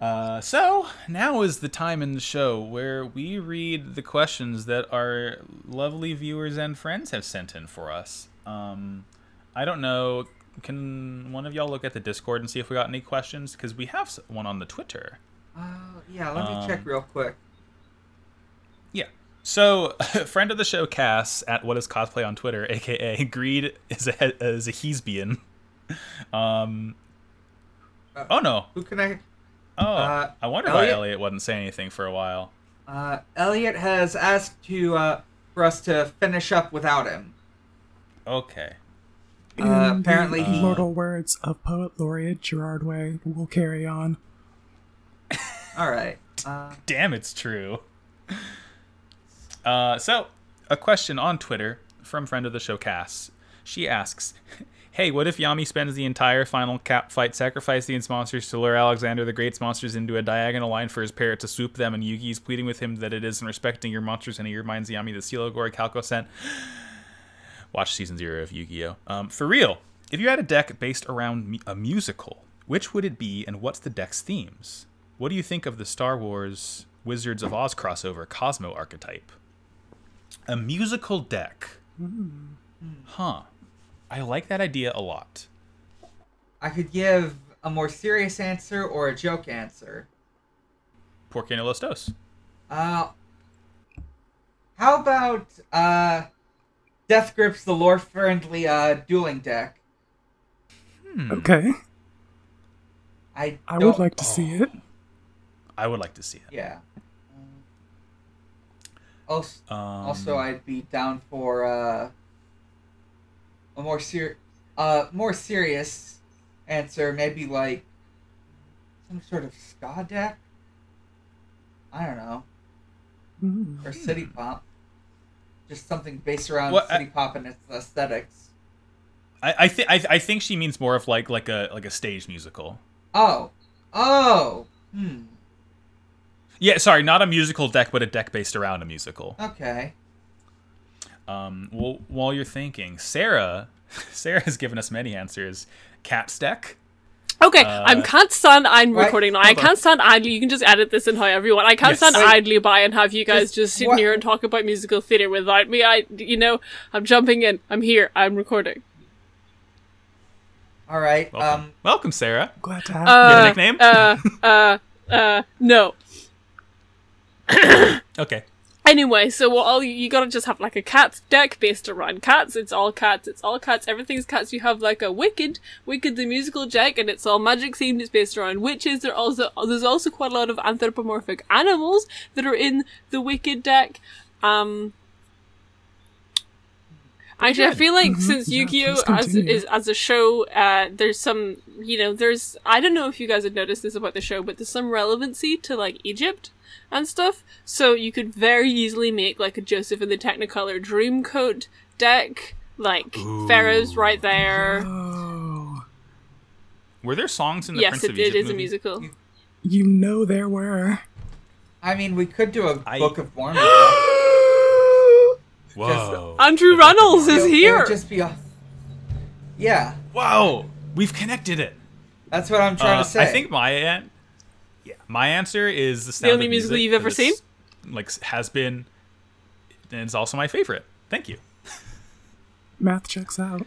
Speaker 4: Uh, so now is the time in the show where we read the questions that our lovely viewers and friends have sent in for us. Um, I don't know. Can one of y'all look at the Discord and see if we got any questions? Because we have s- one on the Twitter.
Speaker 3: Uh, yeah. Let me check
Speaker 4: Um,
Speaker 3: real quick.
Speaker 4: Yeah. So, friend of the show, Cass at What Is Cosplay on Twitter, aka Greed is a he- is a Hesbian. Um.
Speaker 3: Uh,
Speaker 4: oh no.
Speaker 3: Who can I?
Speaker 4: Oh,
Speaker 3: uh,
Speaker 4: I wonder why
Speaker 3: Elliot?
Speaker 4: Elliot wasn't saying anything for a while.
Speaker 3: Uh, Elliot has asked to uh, for us to finish up without him.
Speaker 4: Okay.
Speaker 3: Uh,
Speaker 6: In the
Speaker 3: apparently he-
Speaker 6: immortal words of poet laureate Gerard Way will carry on.
Speaker 3: All right. Uh,
Speaker 4: Damn, it's true. Uh, so, a question on Twitter from friend of the show Cass. She asks, "Hey, what if Yami spends the entire final cap fight sacrificing monsters to lure Alexander the Great's monsters into a diagonal line for his parrot to swoop them, and Yugi is pleading with him that it isn't respecting your monsters, and he reminds Yami that Silogor Calcosent watch season zero of Yu-Gi-Oh. Um, for real, if you had a deck based around mu- a musical, which would it be, and what's the deck's themes? What do you think of the Star Wars Wizards of Oz crossover Cosmo archetype? A musical deck, huh? I like that idea a lot.
Speaker 3: I could give a more serious answer or a joke answer.
Speaker 4: Porque no los dos.
Speaker 3: Uh, how about uh, Death Grips the lore friendly uh, dueling deck?
Speaker 4: Hmm.
Speaker 6: Okay.
Speaker 3: I
Speaker 6: I
Speaker 3: don't-
Speaker 6: would like to see it.
Speaker 4: Oh. I would like to see it.
Speaker 3: Yeah. Oh, Also,
Speaker 4: Um,
Speaker 3: also, I'd be down for uh, a more ser- uh, more serious answer, maybe like some sort of ska deck. I don't know,
Speaker 6: Mm.
Speaker 4: Hmm.
Speaker 3: or city pop, just something based around
Speaker 4: Well, I-
Speaker 3: city pop and its aesthetics.
Speaker 4: I, I think I think she means more of like like a like a stage musical.
Speaker 3: Oh, oh, hmm,
Speaker 4: Yeah, sorry, not a musical deck, but a deck based around a musical.
Speaker 3: okay.
Speaker 4: Um, well, while you're thinking, Sarah, Sarah has given us many answers. Cat's deck.
Speaker 8: Okay, I'm can't stand I'm
Speaker 3: Right,
Speaker 8: recording now. I
Speaker 3: hold on.
Speaker 8: can't stand idly. You can just edit this in however you want. I can't
Speaker 4: Yes.
Speaker 8: stand
Speaker 4: Wait.
Speaker 8: idly by and have you guys
Speaker 3: Just
Speaker 8: just sit
Speaker 3: what-
Speaker 8: here and talk about musical theater without me. I, you know, I'm jumping in. I'm here. I'm recording.
Speaker 3: All right.
Speaker 4: Welcome,
Speaker 3: Um,
Speaker 4: welcome, Sarah.
Speaker 6: Glad to have
Speaker 4: You
Speaker 6: you.
Speaker 4: have a
Speaker 8: Uh,
Speaker 4: nickname?
Speaker 8: Uh, uh, uh, no.
Speaker 4: okay.
Speaker 8: Anyway, so what all you gotta just have like a cat's deck based around cats. It's all cats. It's all cats. Everything's cats. You have like a Wicked, Wicked the musical deck, and it's all magic themed. It's based around witches. There also there's also quite a lot of anthropomorphic animals that are in the Wicked deck. Um, actually, I feel like since
Speaker 6: Mm-hmm. Yeah,
Speaker 8: Yu-Gi-Oh
Speaker 6: please
Speaker 8: as
Speaker 6: continue.
Speaker 8: is as a show, uh, there's some you know there's I don't know if you guys had noticed this about the show, but there's some relevancy to like Egypt and stuff. So you could very easily make like a Joseph and the Technicolor Dreamcoat deck, like Pharaoh's right there.
Speaker 6: Oh,
Speaker 4: Were there songs in the
Speaker 8: yes,
Speaker 4: Prince
Speaker 8: it,
Speaker 4: of
Speaker 8: it
Speaker 4: Egypt
Speaker 8: is a
Speaker 4: movie?
Speaker 8: musical.
Speaker 6: you know there were.
Speaker 3: I mean, we could do a
Speaker 4: I- Oh.
Speaker 3: book of Mormon.
Speaker 4: Whoa!
Speaker 8: Andrew Reynolds is
Speaker 3: It
Speaker 8: here.
Speaker 3: would just be a. Yeah,
Speaker 4: Wow! We've connected it.
Speaker 3: that's what I'm trying
Speaker 4: Uh,
Speaker 3: to say.
Speaker 4: I think my an- yeah, my answer is the, sound
Speaker 8: only
Speaker 4: of
Speaker 8: musical
Speaker 4: music
Speaker 8: you've ever
Speaker 4: that it's- Like has been, and it's also my favorite. Thank you.
Speaker 6: Math checks out.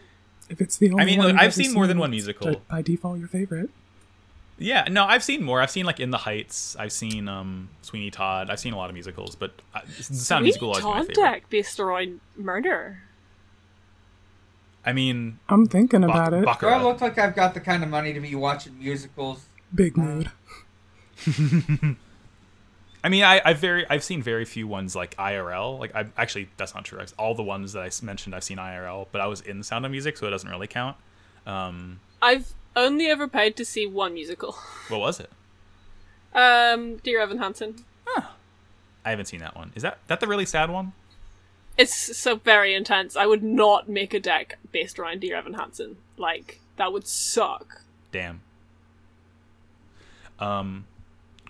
Speaker 6: If it's the only
Speaker 4: mean,
Speaker 6: one
Speaker 4: look,
Speaker 6: you've
Speaker 4: I've
Speaker 6: ever
Speaker 4: seen more than one musical.
Speaker 6: by- By default, your favorite.
Speaker 4: Yeah, no, I've seen more. I've seen like In the Heights. I've seen um, Sweeney Todd. I've seen a lot of musicals, but uh, the sound
Speaker 8: We
Speaker 4: musical is always been my
Speaker 8: Todd
Speaker 4: favorite.
Speaker 8: deck based around murder.
Speaker 4: I mean,
Speaker 6: I'm thinking
Speaker 4: Bach-
Speaker 6: about
Speaker 3: Do
Speaker 6: it.
Speaker 3: I
Speaker 4: Baccarat.
Speaker 3: look like I've got the kind of money to be watching musicals?
Speaker 6: Big
Speaker 4: Mm.
Speaker 6: mood.
Speaker 4: I mean, I, I've very, I've seen very few ones like IRL. Like, I actually, that's not true. I've, all the ones that I s- mentioned, I've seen IRL, but I was in Sound of Music, so it doesn't really count. Um,
Speaker 8: I've only ever paid to see one musical.
Speaker 4: what was it?
Speaker 8: Um, Dear Evan Hansen.
Speaker 4: I haven't seen that one. Is that that the really sad one?
Speaker 8: It's so very intense. I would not make a deck based around Dear Evan Hansen. Like that would suck.
Speaker 4: Damn. Um,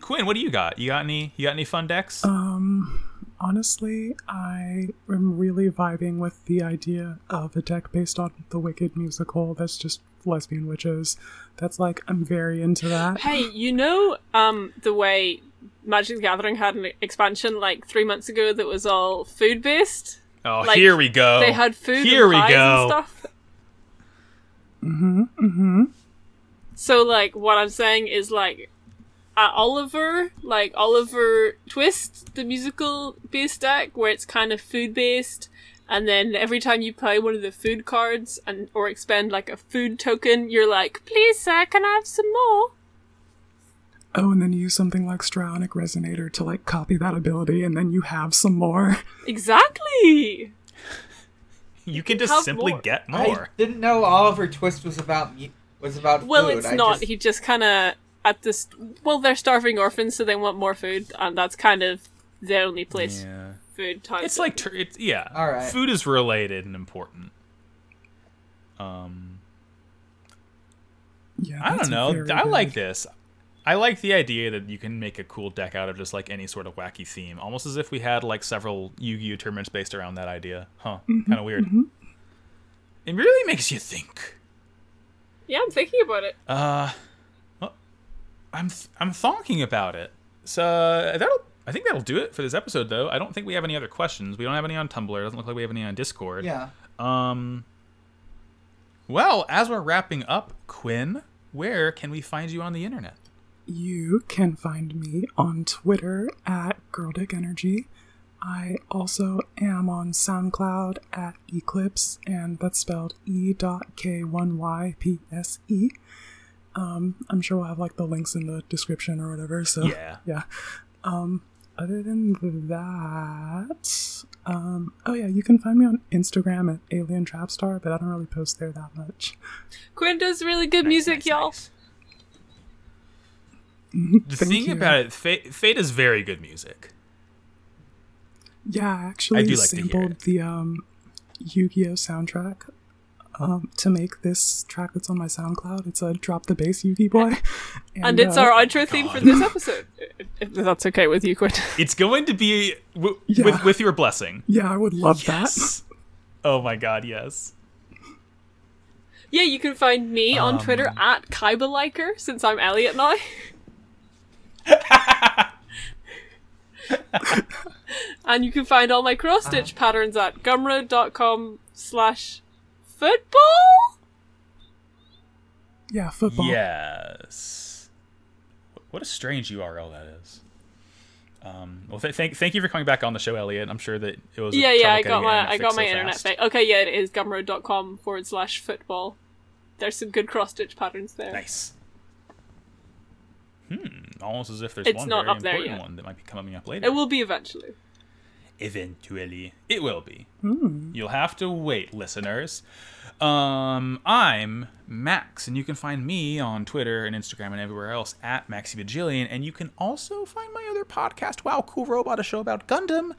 Speaker 4: Quinn, what do you got? You got any? You got any fun decks?
Speaker 8: Uh,
Speaker 6: Um, honestly, I am really vibing with the idea of a deck based on the Wicked musical that's just lesbian witches. That's like, I'm very into that.
Speaker 8: Hey, you know um, the way Magic the Gathering had an expansion like three months ago that was all food based?
Speaker 4: oh,
Speaker 8: like,
Speaker 4: here we go.
Speaker 8: they had food
Speaker 4: Here
Speaker 8: and
Speaker 4: we
Speaker 8: pies
Speaker 4: go.
Speaker 8: and stuff. So, like, what I'm saying is, like, uh, Oliver, like Oliver Twist, the musical based deck, where it's kind of food based, and then every time you play one of the food cards and or expend like a food token, you're like, please, sir, can I have some more?
Speaker 6: Oh, and then you use something like Strionic Resonator to like copy that ability, and then you have some more.
Speaker 8: Exactly.
Speaker 4: You can
Speaker 8: have
Speaker 4: just simply
Speaker 8: more.
Speaker 4: get
Speaker 3: I
Speaker 4: more.
Speaker 3: didn't know Oliver Twist was about mu- was about
Speaker 8: Well,
Speaker 3: food.
Speaker 8: it's
Speaker 3: I
Speaker 8: not.
Speaker 3: just-
Speaker 8: He just kind of at this. Well, they're starving orphans, so they want more food, and that's kind of the only place food type.
Speaker 4: It's like tur- it's yeah.
Speaker 3: All right.
Speaker 4: Food is related and important.
Speaker 6: Yeah,
Speaker 4: I
Speaker 6: that's
Speaker 4: don't know.
Speaker 6: very
Speaker 4: I
Speaker 6: good.
Speaker 4: like this. I like the idea that you can make a cool deck out of just like any sort of wacky theme, almost as if we had like several Yu-Gi-Oh tournaments based around that idea. Huh?
Speaker 8: Mm-hmm.
Speaker 4: kind of weird. It really makes you think.
Speaker 8: yeah, I'm thinking about it.
Speaker 4: Uh, well, I'm th- I'm thonking about it. So uh, that'll I think that'll do it for this episode, though. I don't think we have any other questions. We don't have any on Tumblr. It doesn't look like we have any on Discord.
Speaker 3: Yeah.
Speaker 4: Um. Well, as we're wrapping up, Quinn, where can we find you on the internet?
Speaker 6: You can find me on Twitter at GirlDickEnergy. I also am on SoundCloud at Eclipse, and that's spelled E E.K1YPSE. E. Um, I'm sure we'll have like the links in the description or whatever. So
Speaker 4: Yeah.
Speaker 6: yeah. Um, other than that, um, oh yeah, you can find me on Instagram at Alien Trapstar, but I don't really post there that much.
Speaker 8: Quinn does really good music, y'all.
Speaker 4: The
Speaker 6: Thank
Speaker 4: thing
Speaker 6: you.
Speaker 4: about it, Fate, Fate is very good music.
Speaker 6: Yeah, I actually
Speaker 4: do like to hear
Speaker 6: sampled
Speaker 4: it.
Speaker 6: the um, Yu-Gi-Oh soundtrack um, to make this track that's on my SoundCloud. It's a "Drop the Bass, Yugi Boy,"
Speaker 8: And it's
Speaker 6: uh,
Speaker 8: our
Speaker 4: Oh
Speaker 8: outro theme for this episode. If- If that's okay with you, Quinn.
Speaker 4: It's going to be w-
Speaker 6: Yeah.
Speaker 4: with with your blessing.
Speaker 6: yeah, I would love
Speaker 4: oh my God, yes.
Speaker 8: yeah, you can find me
Speaker 4: Um,
Speaker 8: on Twitter at Kybaliker, since I'm Elliot now. and you can find all my cross stitch
Speaker 4: Uh.
Speaker 8: patterns at gumroad.com slash football?
Speaker 6: that. Yeah, football.
Speaker 4: Yes. What a strange URL that is. Um, well, th- thank thank you for coming back on the show, Elliot. I'm sure that it was a
Speaker 8: Yeah, yeah,
Speaker 4: trouble
Speaker 8: I
Speaker 4: getting internet fixed
Speaker 8: got my I got my
Speaker 4: so
Speaker 8: internet
Speaker 4: fast.
Speaker 8: fake. Okay, yeah, it is gumroad.com forward slash football. There's some good cross stitch patterns there.
Speaker 4: Nice. Hmm. Almost as if there's
Speaker 8: It's
Speaker 4: one
Speaker 8: not
Speaker 4: very
Speaker 8: up there
Speaker 4: important
Speaker 8: yet.
Speaker 4: one that might be coming up later.
Speaker 8: It will be eventually.
Speaker 4: eventually it will be
Speaker 8: Hmm.
Speaker 4: you'll have to wait listeners um i'm max and you can find me on twitter and instagram and everywhere else at maxi Bajillion. and you can also find my other podcast wow cool robot a show about gundam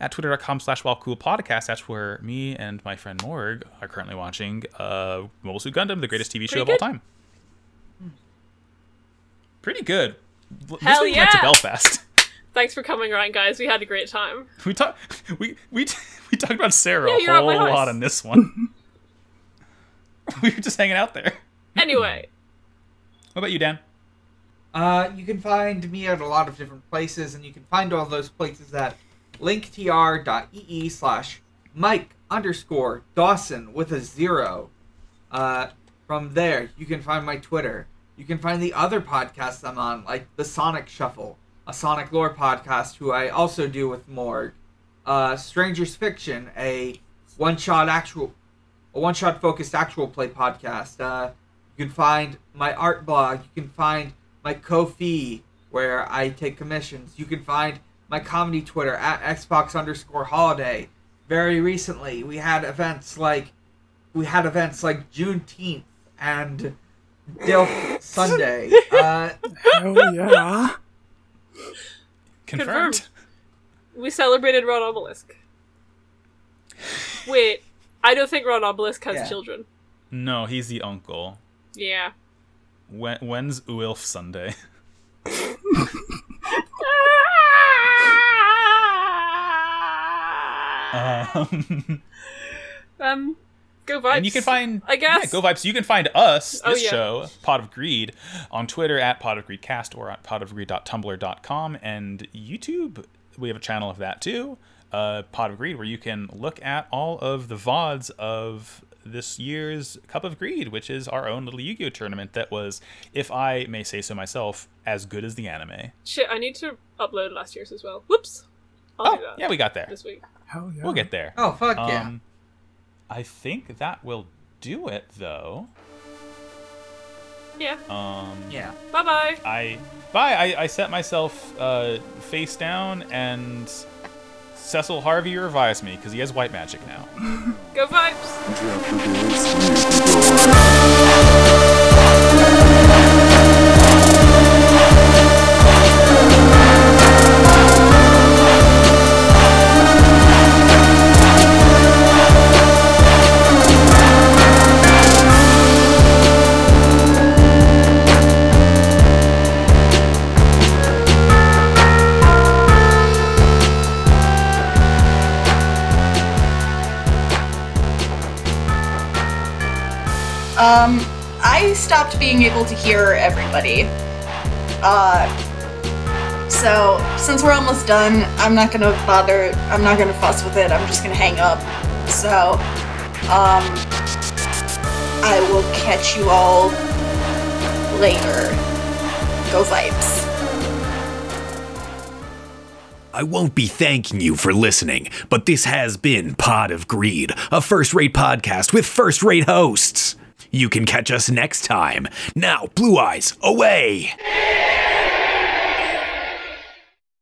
Speaker 4: at twitter.com slash wow cool podcast that's where me and my friend morg are currently watching uh mobile suit gundam the greatest tv show
Speaker 8: Pretty
Speaker 4: of
Speaker 8: good.
Speaker 4: all time pretty good L-
Speaker 8: Hell
Speaker 4: this week we went to
Speaker 8: yeah.
Speaker 4: belfast
Speaker 8: Thanks for coming around, guys. We had a great time.
Speaker 4: we talk we we t- we talked about Sarah
Speaker 8: Yeah, you're
Speaker 4: a
Speaker 8: at
Speaker 4: whole
Speaker 8: my house.
Speaker 4: lot in this one. we were just hanging out there.
Speaker 8: Anyway,
Speaker 4: What about you, Dan?
Speaker 3: Uh, you can find me at a lot of different places, and you can find all those places at linktr.ee slash Mike underscore Dawson with a zero. Uh, from there, you can find my Twitter. You can find the other podcasts I'm on, like The Sonic Shuffle, a Sonic lore podcast, who I also do with Morg. Uh, Strangers Fiction, a one-shot actual a one shot focused actual play podcast. Uh, you can find my art blog. You can find my Ko-fi, where I take commissions. You can find my comedy Twitter at Xbox underscore holiday. Very recently, we had events like we had events like Juneteenth and Dilf Sunday. Uh,
Speaker 6: Hell yeah!
Speaker 4: Confirmed.
Speaker 8: we celebrated Ron Obelisk. Wait, I don't think Ron Obelisk has
Speaker 3: Yeah.
Speaker 8: children.
Speaker 4: No, he's the uncle.
Speaker 8: Yeah.
Speaker 4: When, when's Uilf Sunday? Um,
Speaker 8: Um, go vibes.
Speaker 4: and you can find
Speaker 8: I guess.
Speaker 4: yeah, Go Vibes. You can find us this
Speaker 8: Oh, yeah.
Speaker 4: show Pod of Greed on Twitter at Pod of Greedcast or at podofgreed.tumblr.com and YouTube. We have a channel of that too, uh, Pod of Greed, where you can look at all of the vods of this year's Cup of Greed, which is our own little Yu-Gi-Oh tournament that was, if I may say so myself, as good as the anime.
Speaker 8: Shit, I need to upload last year's as well. Whoops. I'll
Speaker 4: Oh,
Speaker 8: do that
Speaker 4: yeah, we got there.
Speaker 8: this week.
Speaker 6: Hell yeah!
Speaker 4: We'll get there.
Speaker 3: oh fuck yeah!
Speaker 4: Um, I think that will do it, though. Oh.
Speaker 8: Yeah.
Speaker 4: Um,
Speaker 3: yeah.
Speaker 8: Bye bye.
Speaker 4: I bye. I, I set myself uh, face down, and Cecil Harvey revives me because he has white magic now.
Speaker 8: Go vibes.
Speaker 7: Drop the bass, Yugi Boy.
Speaker 9: Thank
Speaker 5: Um, I stopped being able to hear everybody. Uh, so since we're almost done, I'm not gonna bother. I'm not gonna fuss with it. I'm just gonna hang up. So, um, I will catch you all later. Go vibes.
Speaker 1: I won't be thanking you for listening, but this has been Pod of Greed, a first rate podcast with first rate hosts. You can catch us next time. Now, Blue Eyes, away!